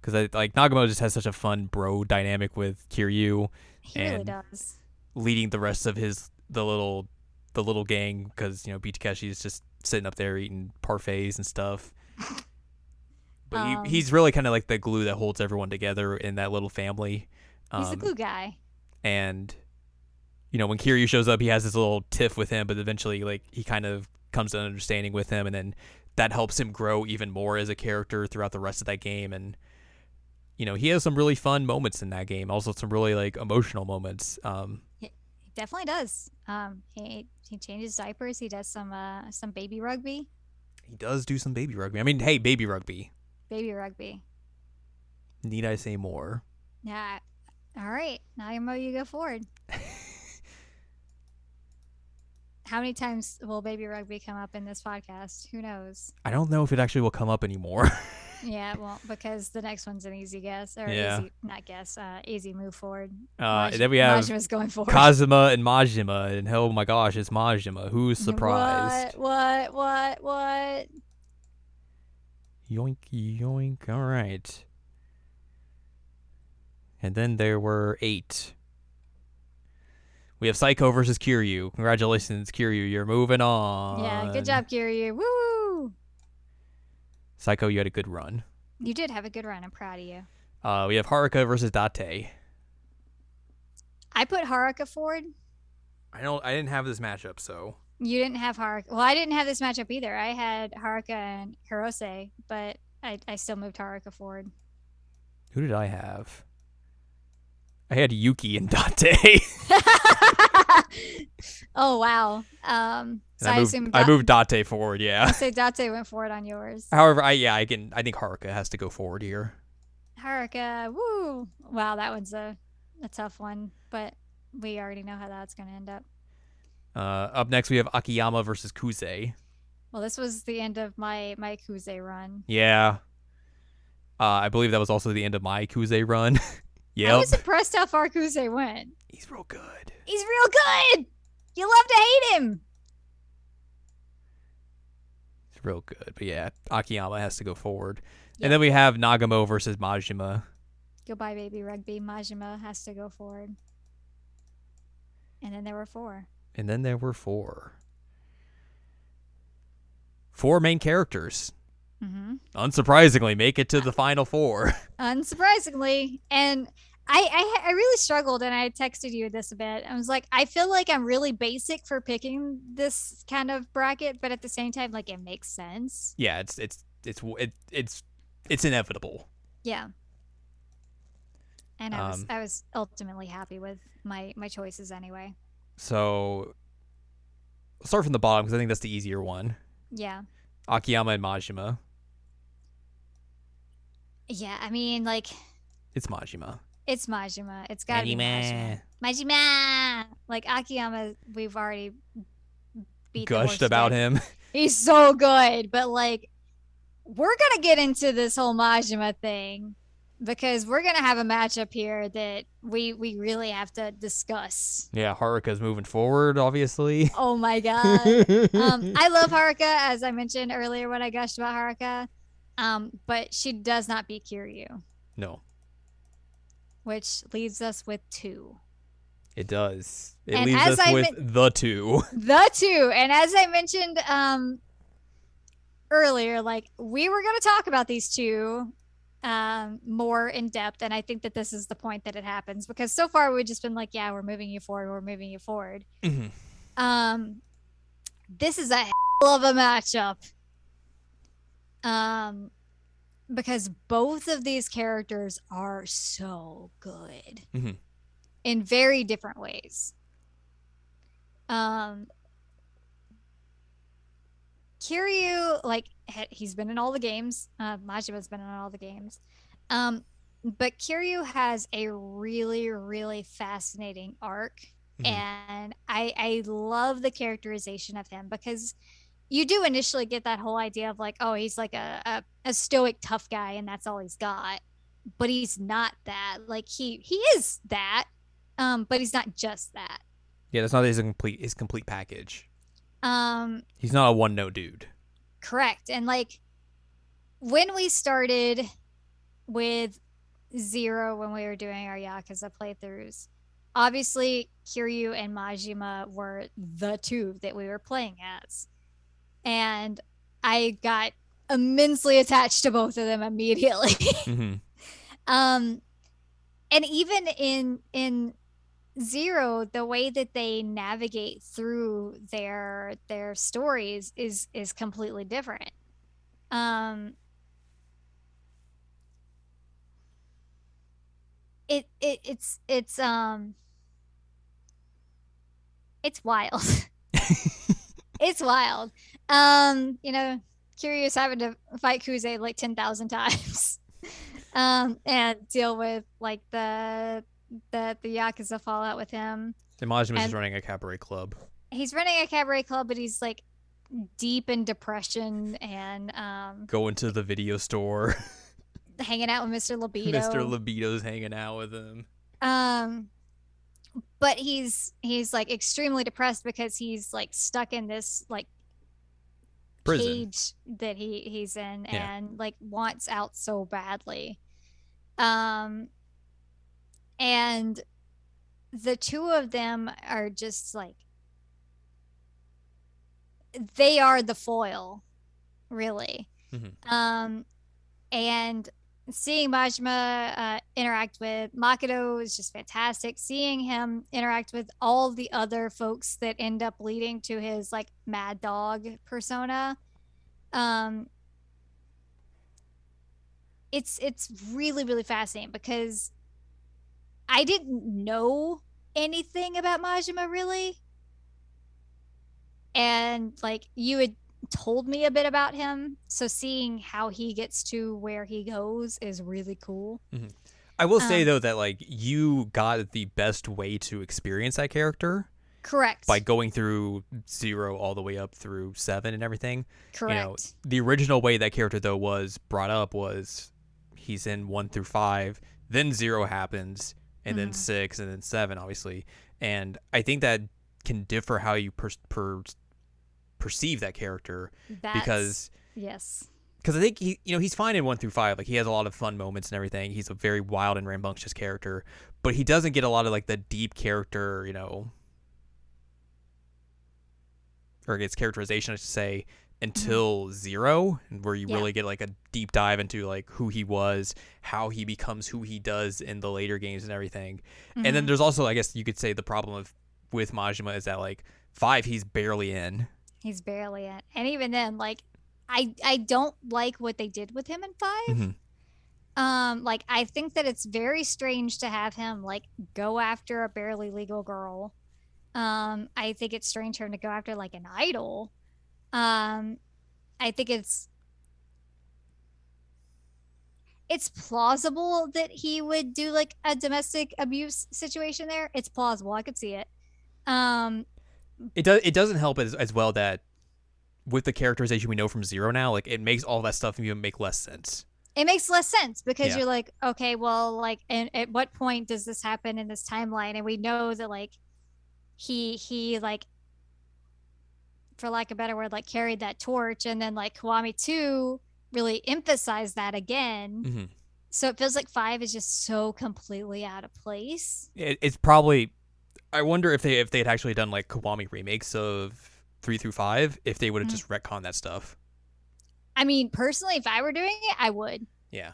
because I like Nagamo just has such a fun bro dynamic with Kiryu He really And- does. leading the rest of his the little the little gang because you know Bitakeshi is just sitting up there eating parfaits and stuff. But Um, he, he's really kind of like the glue that holds everyone together in that little family. He's um, a glue guy. and you know when Kiryu shows up, he has this little tiff with him, but eventually like he kind of comes to an understanding with him, and then that helps him grow even more as a character throughout the rest of that game. And you know he has some really fun moments in that game, also some really like emotional moments. Um, He definitely does. Um, he he changes diapers. He does some uh some baby rugby, he does do some baby rugby. I mean, hey, baby rugby. baby rugby. Need I say more? Yeah. All right, Nagamo, you go forward. How many times will baby rugby come up in this podcast? Who knows? I don't know if it actually will come up anymore. Yeah, it won't because the next one's an easy guess or Yeah. easy not guess, uh, easy move forward. Uh, Maj- and then we have Majima's going forward. Kazuma and Majima, and oh my gosh, it's Majima. Who's surprised? What? What? What? What? Yoink, yoink. All right. And then there were eight. We have Psycho versus Kiryu. Congratulations, Kiryu. You're moving on. Yeah, good job, Kiryu. Woo! Psycho, you had a good run. You did have a good run. I'm proud of you. Uh, we have Haruka versus Date. I put Haruka forward. I don't. I didn't have this matchup, so You didn't have Haruka. Well, I didn't have this matchup either. I had Haruka and Hirose, but I, I still moved Haruka forward. who did I have? I had Yuki and Date. oh wow. Um, so I, I moved. assume I Da- moved Date forward. Yeah. So Date went forward on yours. However, I yeah I can. I think Haruka has to go forward here. Haruka, woo! Wow, that one's a a tough one, but we already know how that's going to end up. Uh, up next we have Akiyama versus Kusei. Well, this was the end of my my Kuze run. Yeah. Uh, I believe that was also the end of my Kuze run. I yep. was impressed how far Kuze went. He's real good. He's real good. You love to hate him. real good. But yeah, Akiyama has to go forward. Yeah. And then we have Nagamo versus Majima. Goodbye, baby rugby. Majima has to go forward. And then there were four. And then there were four. Four main characters, Mm-hmm. unsurprisingly, make it to the final four. unsurprisingly and I, I i really struggled and i texted you this a bit i was like i feel like i'm really basic for picking this kind of bracket but at the same time like it makes sense yeah, it's it's it's it, it's it's inevitable. yeah and i was Um, i was ultimately happy with my my choices anyway So I'll start from the bottom because I think that's the easier one. yeah Akiyama and Majima. yeah i mean like It's Majima. it's majima it's gotta be majima majima like akiyama we've already beat the horse Gushed about dead. him. He's so good, but like we're gonna get into this whole Majima thing because we're gonna have a matchup here that we we really have to discuss. yeah, Haruka's moving forward, obviously. Oh my god. um I love Haruka, as I mentioned earlier when I gushed about Haruka. Um, but she does not beat Kiryu, no, which leaves us with two. it does. It And leaves as us I with the two. The two. And as I mentioned um earlier, like we were gonna talk about these two um more in depth. And I think that this is the point that it happens because so far we've just been like, yeah, we're moving you forward, we're moving you forward. Mhm. Um this is a hell of a matchup. Um because both of these characters are so good Mhm. in very different ways. Um Kiryu, like he- he's been in all the games. Uh, Majima's been in all the games, um, but Kiryu has a really, really fascinating arc, Mhm. and I, I love the characterization of him because you do initially get that whole idea of like, oh, he's like a, a, a stoic tough guy, and that's all he's got. But he's not that. Like he he is that, um, but he's not just that. Yeah, that's not his complete his complete package. Um, He's not a one note dude. Correct. And like when we started with Zero, when we were doing our Yakuza playthroughs, obviously Kiryu and Majima were the two that we were playing as. And I got immensely attached to both of them immediately. hmm um and even in in zero the way that they navigate through their their stories is is completely different um it, it it's it's um it's wild it's wild um you know curious having to fight kuze like 10,000 times um and deal with like the the the yakuza fallout with him And Majima's And- just running a cabaret club. he's running a cabaret club but he's like deep in depression and um Going to the video store. hanging out with mr libido Mr. Libido's hanging out with him. um but he's he's like extremely depressed because he's like stuck in this like Prison. cage that he he's in Yeah. and like wants out so badly um and the two of them are just like they are the foil really Mhm. um and seeing majima uh, interact with makoto is just fantastic seeing him interact with all the other folks that end up leading to his like mad dog persona um it's it's really really fascinating because i didn't know anything about majima really and like you had told me a bit about him so seeing how he gets to where he goes is really cool I will say Um, though that like you got the best way to experience that character correct by going through zero all the way up through seven and everything. correct know, The original way that character though was brought up was he's in one through five, then zero happens, and then Mhm. six, and then seven, obviously. And I think that can differ how you per, per perceive that character That's, because yes, because I think he you know he's fine in one through five like he has a lot of fun moments and everything he's a very wild and rambunctious character but he doesn't get a lot of like the deep character you know or its characterization I should say until zero where you Yeah. really get like a deep dive into like who he was how he becomes who he does in the later games and everything and then Mhm. there's also I guess you could say the problem of with Majima is that like five he's barely in he's barely in, and even then, like, I I don't like what they did with him in 5 Mhm. Um, like I think that it's very strange to have him like go after a barely legal girl. Um, I think it's strange for him to go after like an idol. Um, I think it's it's plausible that he would do like a domestic abuse situation there. It's plausible. I could see it. Um, it does it doesn't help as, as well that with the characterization we know from zero now like it makes all that stuff even make less sense it makes less sense because Yeah. you're like, okay, well, like, and at what point does this happen in this timeline? And we know that like he he like, for lack of a better word, like carried that torch, and then like Kiwami two really emphasized that again. mm-hmm. So it feels like five is just so completely out of place. it, it's probably i wonder if they if they had actually done like Kiwami remakes of three through five if they would have Mhm. just retconned that stuff I mean, personally, if I were doing it, I would. yeah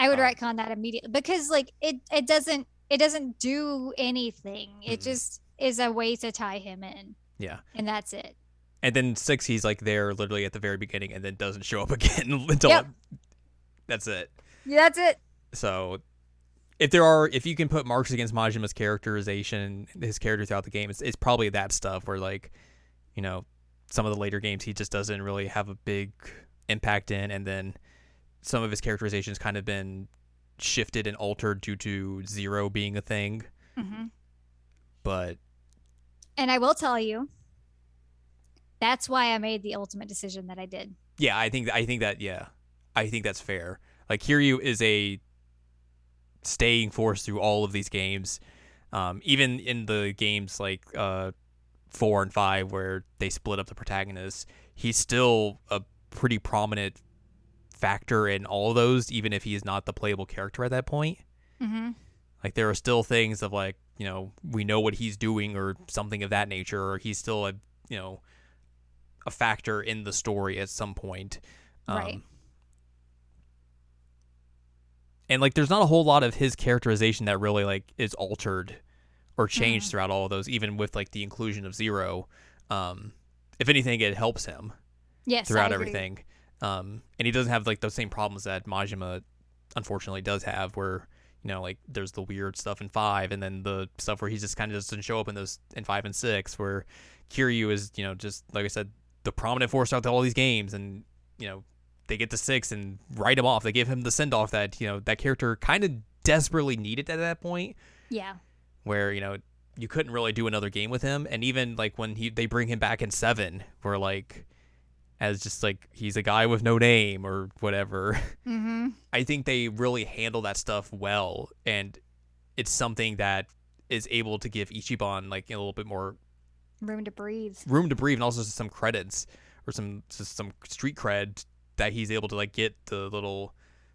I would Um, retcon that immediately because like it it doesn't it doesn't do anything. It Mm-mm. just is a way to tie him in. Mm-hmm. Yeah. And that's it. and then six he's like there literally at the very beginning and then doesn't show up again until Yep. that's it Yeah, that's it. So if there are if you can put marks against Majima's characterization his character throughout the game, it's it's probably that stuff where like, you know, some of the later games he just doesn't really have a big impact in and then some of his characterization's kind of been shifted and altered due to zero being a thing. But Mm-hmm. And I will tell you, that's why I made the ultimate decision that I did. yeah, I think I think that yeah. I think that's fair. Like Kiryu is a staying force through all of these games. Um, even in the games like uh, four and five where they split up the protagonists, he's still a pretty prominent factor in all those, even if he is not the playable character at that point. Mm-hmm. Like there are still things of like, you know, we know what he's doing or something of that nature, or he's still a you know a factor in the story at some point. Um, Right. And like there's not a whole lot of his characterization that really like is altered or changed throughout all of those, even with like the inclusion of Zero. Um if anything it helps him Yes. I throughout agree. everything. Um, and he doesn't have like those same problems that Majima unfortunately does have where you know like there's the weird stuff in 5 and then the stuff where he just kind of doesn't show up in those in 5 and 6 where Kiryu is you know just like I said the prominent force throughout all these games and you know they get to 6 and write him off they give him the send off that you know that character kind of desperately needed at that point Yeah. where you know you couldn't really do another game with him and even like when he they bring him back in seven where like as just like he's a guy with no name or whatever Mm-hmm. i think they really handle that stuff well and it's something that is able to give ichiban like a little bit more Room to breathe. room to breathe and also some credits or some just some street cred that he's able to like get the little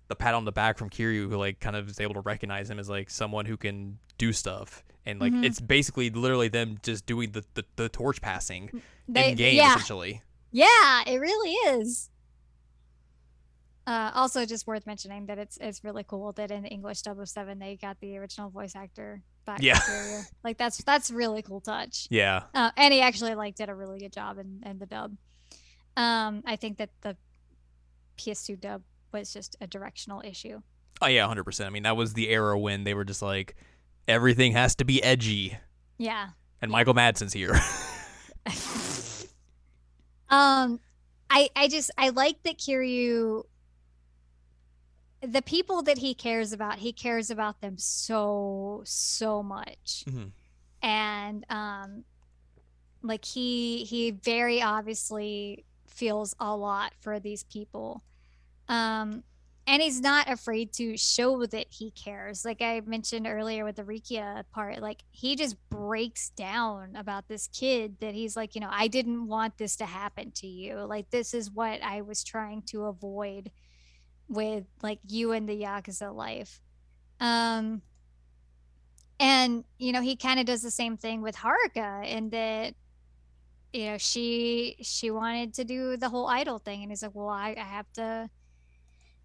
the pat on the back from Kiryu who like kind of is able to recognize him as like someone who can do stuff and like Mhm. it's basically literally them just doing the the, the torch passing They, in game yeah. essentially Yeah. It really is. Uh, also, just worth mentioning that it's it's really cool that in the English dub of seven they got the original voice actor back. Yeah. Superior. Like that's that's really cool touch. yeah Uh, and he actually like did a really good job in, in the dub. Um, I think that the PS2 dub was just a directional issue. oh yeah 100% i mean that was the era when they were just like everything has to be edgy Yeah. and michael madsen's here um, I I just I like that Kiryu. The people that he cares about, he cares about them so so much. Mhm. and um like he he very obviously feels a lot for these people um and he's not afraid to show that he cares like i mentioned earlier with the rikia part like he just breaks down about this kid that he's like you know i didn't want this to happen to you like this is what i was trying to avoid with like you and the yakuza life um and you know he kind of does the same thing with haruka in that you know she she wanted to do the whole idol thing and he's like well i, I have to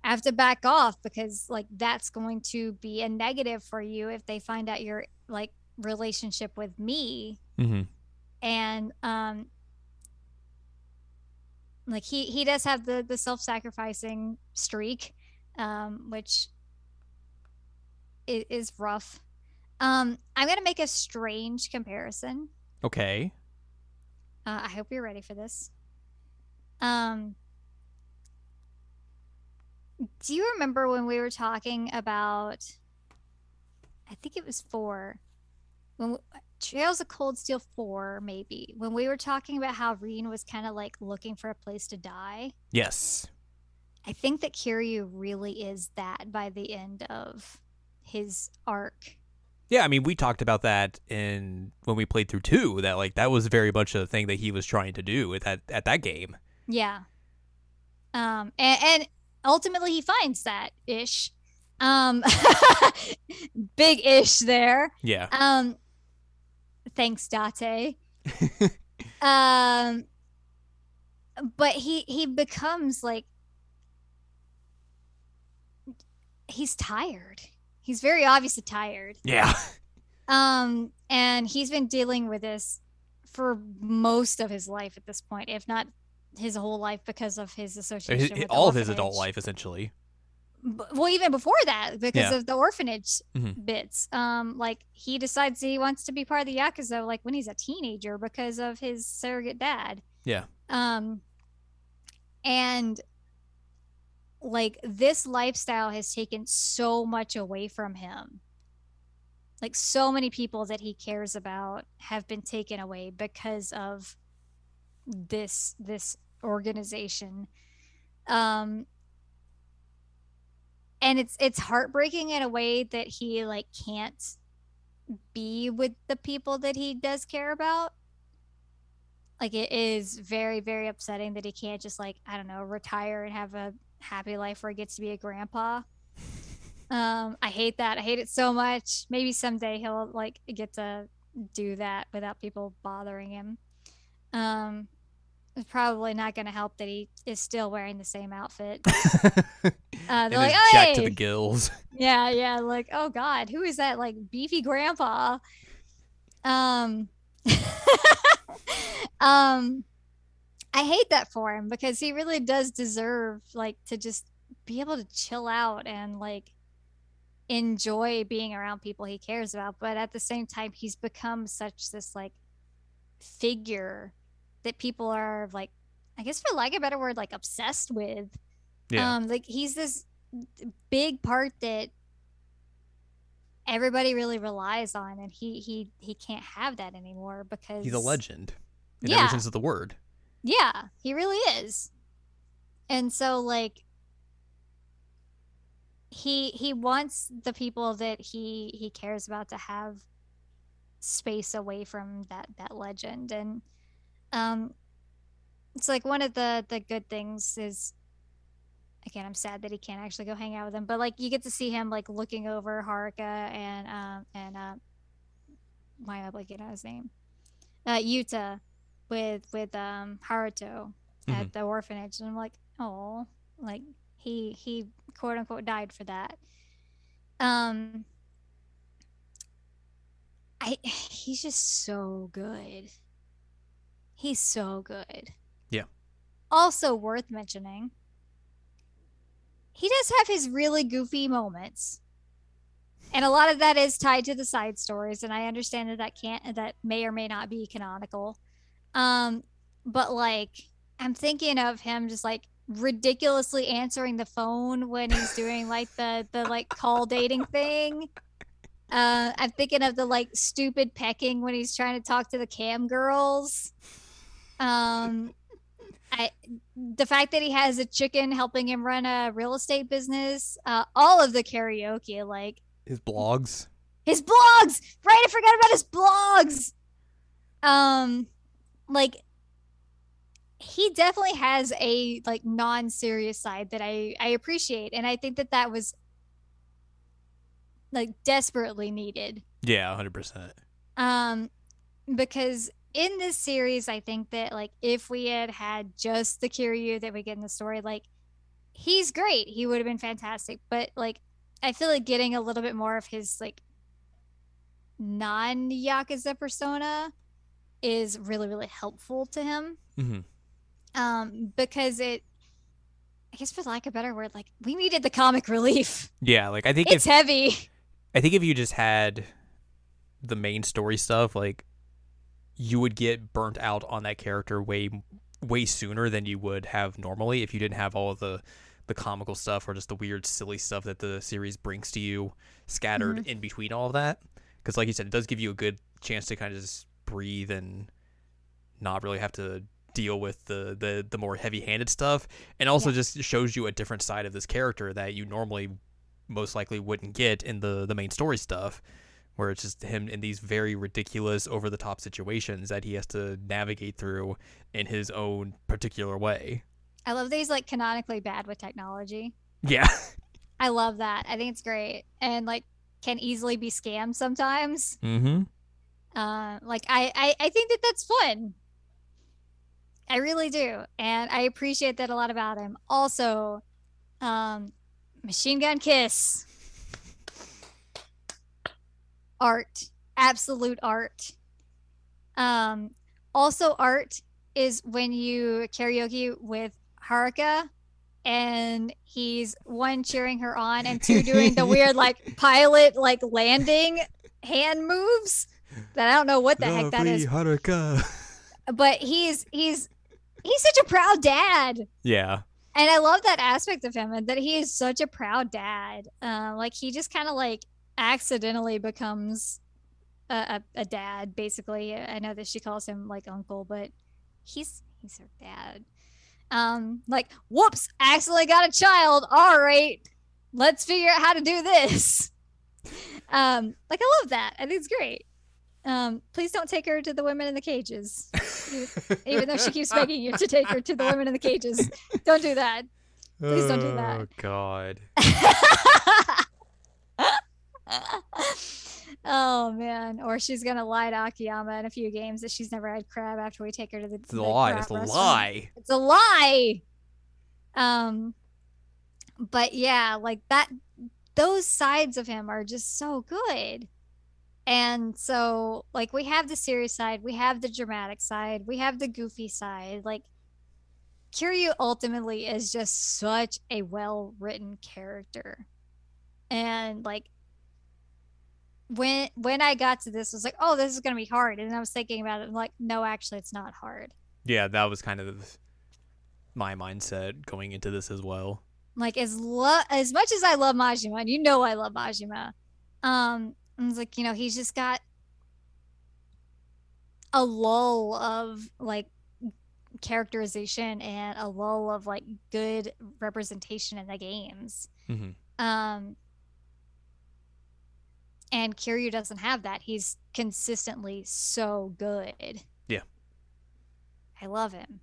I have to back off because like that's going to be a negative for you if they find out your like relationship with me Mm-hmm. and um like he he does have the the self-sacrificing streak um which i- is rough um i'm gonna make a strange comparison Okay. uh, I hope you're ready for this. Um, do you remember when we were talking about? I think it was four. When we, Trails of Cold Steel four, maybe when we were talking about how Reen was kind of like looking for a place to die. Yes. I think that Kiryu really is that by the end of his arc. Yeah, I mean, we talked about that in when we played through two. That like that was very much a thing that he was trying to do at that at that game. Yeah. Um, and, and ultimately he finds that ish. Um, big ish there. Yeah. Um, thanks, Date. um, but he he becomes like he's tired. He's very obviously tired. Yeah. Um, and he's been dealing with this for most of his life at this point, if not his whole life, because of his association His- with the all of his adult orphanage. life essentially. B- well, even before that, because Yeah. of the orphanage Mhm. bits. Um, like he decides he wants to be part of the yakuza, like when he's a teenager, because of his surrogate dad. Yeah. Um, and like this lifestyle has taken so much away from him. Like so many people that he cares about have been taken away because of this this organization. Um and it's it's heartbreaking in a way that he like can't be with the people that he does care about. Like it is very very upsetting that he can't just like I don't know retire and have a happy life where he gets to be a grandpa. Um, I hate that. I hate it so much. Maybe someday he'll like get to do that without people bothering him. Um, it's probably not going to help that he is still wearing the same outfit. Uh, and they're like, is jacked to "Hey!" the gills. yeah yeah like oh god who is that like beefy grandpa um um i hate that for him because he really does deserve like to just be able to chill out and like enjoy being around people he cares about but at the same time he's become such this like figure that people are like i guess for lack of a better word like obsessed with Yeah. um like he's this big part that everybody really relies on and he he he can't have that anymore because He's a legend in Yeah. every sense of the word. yeah, he really is. And so like he he wants the people that he he cares about to have space away from that that legend and um it's like one of the the good things is again I'm sad that he can't actually go hang out with them but like you get to see him like looking over Haruka and um and uh why am I blanking on his name uh Yuta with with um Haruto at the orphanage and I'm like, oh, like he he quote unquote died for that. Um I he's just so good. He's so good. Yeah. Also worth mentioning. He does have his really goofy moments. And a lot of that is tied to the side stories and I understand that that can't that may or may not be canonical. Um, but like I'm thinking of him just like ridiculously answering the phone when he's doing like the the like call dating thing. Uh, I'm thinking of the like stupid pecking when he's trying to talk to the cam girls. Um, the fact that he has a chicken helping him run a real estate business, uh, all of the karaoke, like His blogs. his blogs, right? I forgot about his blogs. Um, like he definitely has a like non-serious side that I I appreciate, and I think that that was like desperately needed. Yeah, hundred percent. Um, because in this series, I think that like if we had had just the Kiryu that we get in the story, like he's great, he would have been fantastic. But like, I feel like getting a little bit more of his like non Yakuza persona is really really helpful to him. Mm-hmm. Um, because it, I guess for lack of a better word, like we needed the comic relief. Yeah, like I think It's if heavy. I think if you just had the main story stuff, like you would get burnt out on that character way way sooner than you would have normally if you didn't have all the the comical stuff or just the weird silly stuff that the series brings to you scattered in between all of that because like you said it does give you a good chance to kind of just breathe and not really have to deal with the the, the more heavy-handed stuff and also Yeah. just shows you a different side of this character that you normally most likely wouldn't get in the the main story stuff where it's just him in these very ridiculous over the top situations that he has to navigate through in his own particular way I love that he's like canonically bad with technology. yeah I love that. I think it's great and like can easily be scammed sometimes. mm-hmm Uh, like I, I, I think that that's fun. I really do, and I appreciate that a lot about him. Also, um, Machine Gun Kiss, art, absolute art. Um, also, art is when you karaoke with Haruka. And he's one cheering her on, and two doing the weird like pilot like landing hand moves that I don't know what the heck that is. But he's he's he's such a proud dad, and yeah I love that aspect of him, and that he is such a proud dad. Uh, like he just kind of like accidentally becomes a, a, a dad, basically. I know that she calls him like uncle, but he's he's her dad. Um, like whoops, I accidentally got a child. All right, let's figure out how to do this. Um, like I love that. I think it's great. Um, please don't take her to the women in the cages. even though she keeps begging you to take her to the women in the cages. Don't do that. Please don't do that. oh god oh man, or she's gonna lie to Akiyama in a few games that she's never had crab after we take her to the. it's a the lie crab it's a restaurant. lie It's a lie. Um, but yeah, like that. Those sides of him are just so good. And so, like, we have the serious side, we have the dramatic side, we have the goofy side. Like, Kiryu ultimately is just such a well written character. And, like, when when I got to this, I was like, oh, this is gonna be hard. And then I was thinking about it, and like, no, actually, it's not hard. yeah that was kind of my mindset going into this as well like as lo- as much as I love Majima, and you know I love Majima, um, I was like, you know, he's just got a lull of like characterization and a lull of like good representation in the games. Mhm. Um, and Kiryu doesn't have that. He's consistently so good. Yeah. I love him.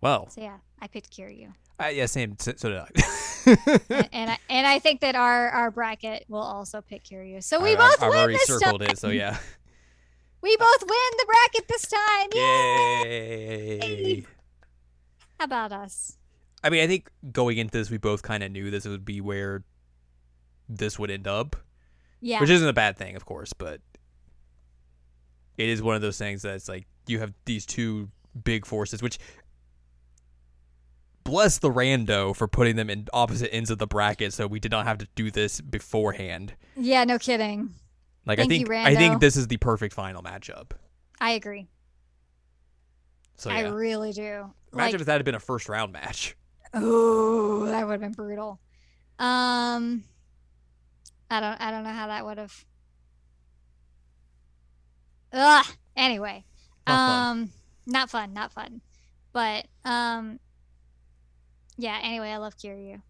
well So yeah, I picked Kiryu. I, yeah same so, so did i and and I, and I think that our our bracket will also pick Kiryu. So we I've- both I've win already this circled time. it so yeah We both win the bracket this time. Yay! Yay. How about us? I mean, I think going into this, we both kind of knew this would be where this would end up, Yeah. which isn't a bad thing, of course, but it is one of those things that's like you have these two big forces, which bless the rando for putting them in opposite ends of the bracket, so we did not have to do this beforehand. yeah, no kidding. Like I Thank you, think I think rando. this is the perfect final matchup. I agree. So I yeah, really do. imagine Like, if that had been a first round match. oh, that would have been brutal. Um, I don't I don't know how that would have Ugh. Anyway, Not fun. um, not fun, not fun, but um, yeah. Anyway, I love Kiryu.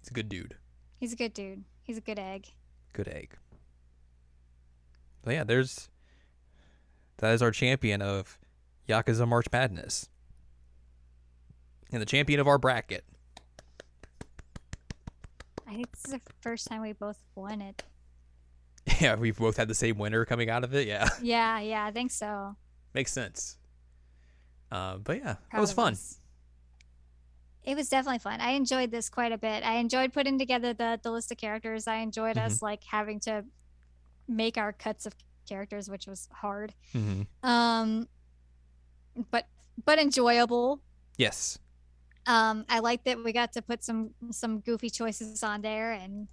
He's a good dude. He's a good dude. He's a good egg. Good egg. But yeah, there's that is our champion of Yakuza March Madness. And the champion of our bracket. I think this is the first time we both won it. Yeah, we've both had the same winner coming out of it. Yeah. Yeah, yeah, I think so. Makes sense. Uh, but yeah, Proud that was of fun. us. It was definitely fun. I enjoyed this quite a bit. I enjoyed putting together the the list of characters. I enjoyed Mm-hmm. us like having to make our cuts of characters, which was hard. Mm-hmm. Um but but enjoyable. Yes. Um I liked that we got to put some some goofy choices on there and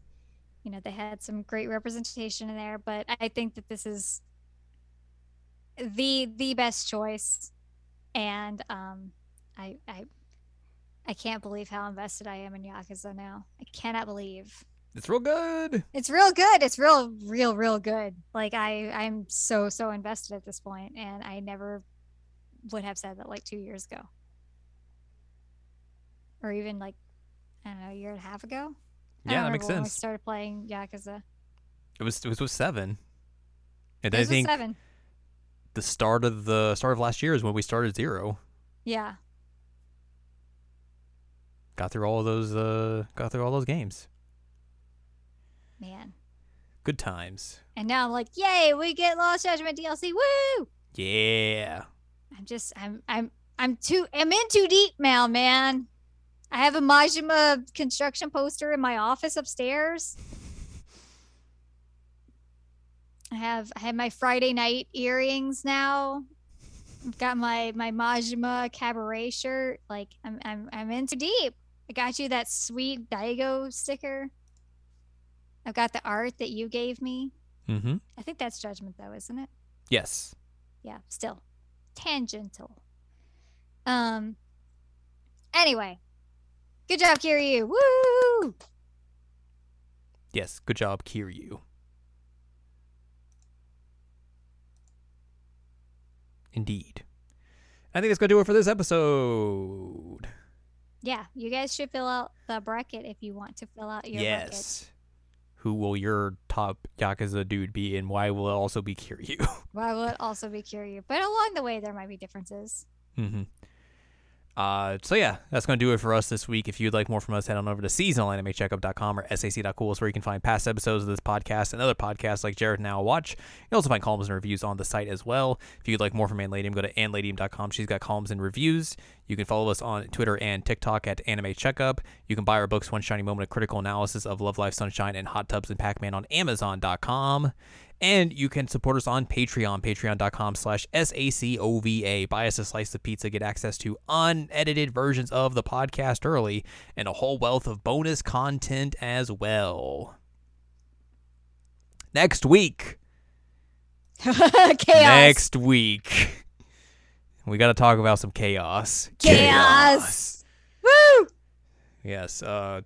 you know, they had some great representation in there, but I think that this is the the best choice and um I I I can't believe how invested I am in Yakuza now. I cannot believe. It's real good. It's real good. It's real real real good. Like I I'm so so invested at this point and I never would have said that like 2 years ago. Or even like I don't know, a year and a half ago. I Yeah, don't that makes remember when we sense. started playing uh, Yakuza. It was it was with seven. And This I was think seven. the start of the start of last year is when we started zero. Yeah, Got through all those uh got through all those games. man. Good times. And now I'm like, yay, we get Lost Judgment DLC. Woo! Yeah. I'm just, I'm, I'm, I'm too, I'm in too deep now, man. I have a Majima construction poster in my office upstairs. I have, I have my Friday night earrings now. I've got my my Majima cabaret shirt. Like I'm, I'm, I'm in too deep. I got you that sweet Daigo sticker. I've got the art that you gave me. Mm-hmm. I think that's judgment though, isn't it? Yes. Yeah, still tangential. Um anyway. Good job, Kiryu. Woo! Yes. Good job, Kiryu. Indeed. I think that's gonna do it for this episode. Yeah, you guys should fill out the bracket if you want to fill out your bracket. yes. Who will your top Yakuza dude be, and why will it also be Kiryu? Well, I would also be Kiryu. But along the way there might be differences. Mm-hmm. Uh, so yeah, that's going to do it for us this week. If you'd like more from us, head on over to seasonalanimecheckup.com or sac.cool is where you can find past episodes of this podcast and other podcasts like Jared Now Watch. You can also find columns and reviews on the site as well. If you'd like more from Anladium, go to anladium.com. She's got columns and reviews. You can follow us on Twitter and TikTok at Anime Checkup. You can buy our books, One Shiny Moment, A Critical Analysis of Love, Life, Sunshine, and Hot Tubs and Pac-Man on Amazon.com. And you can support us on Patreon, patreon.com slash S-A-C-O-V-A. Buy us a slice of pizza, get access to unedited versions of the podcast early, and a whole wealth of bonus content as well. Next week. chaos. Next week. We got to talk about some chaos. Chaos. Woo! Yes. Uh,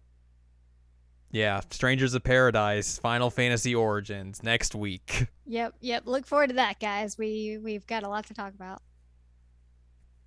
yeah. Strangers of Paradise, Final Fantasy Origins, next week. Yep, yep. Look forward to that, guys. We we've got a lot to talk about.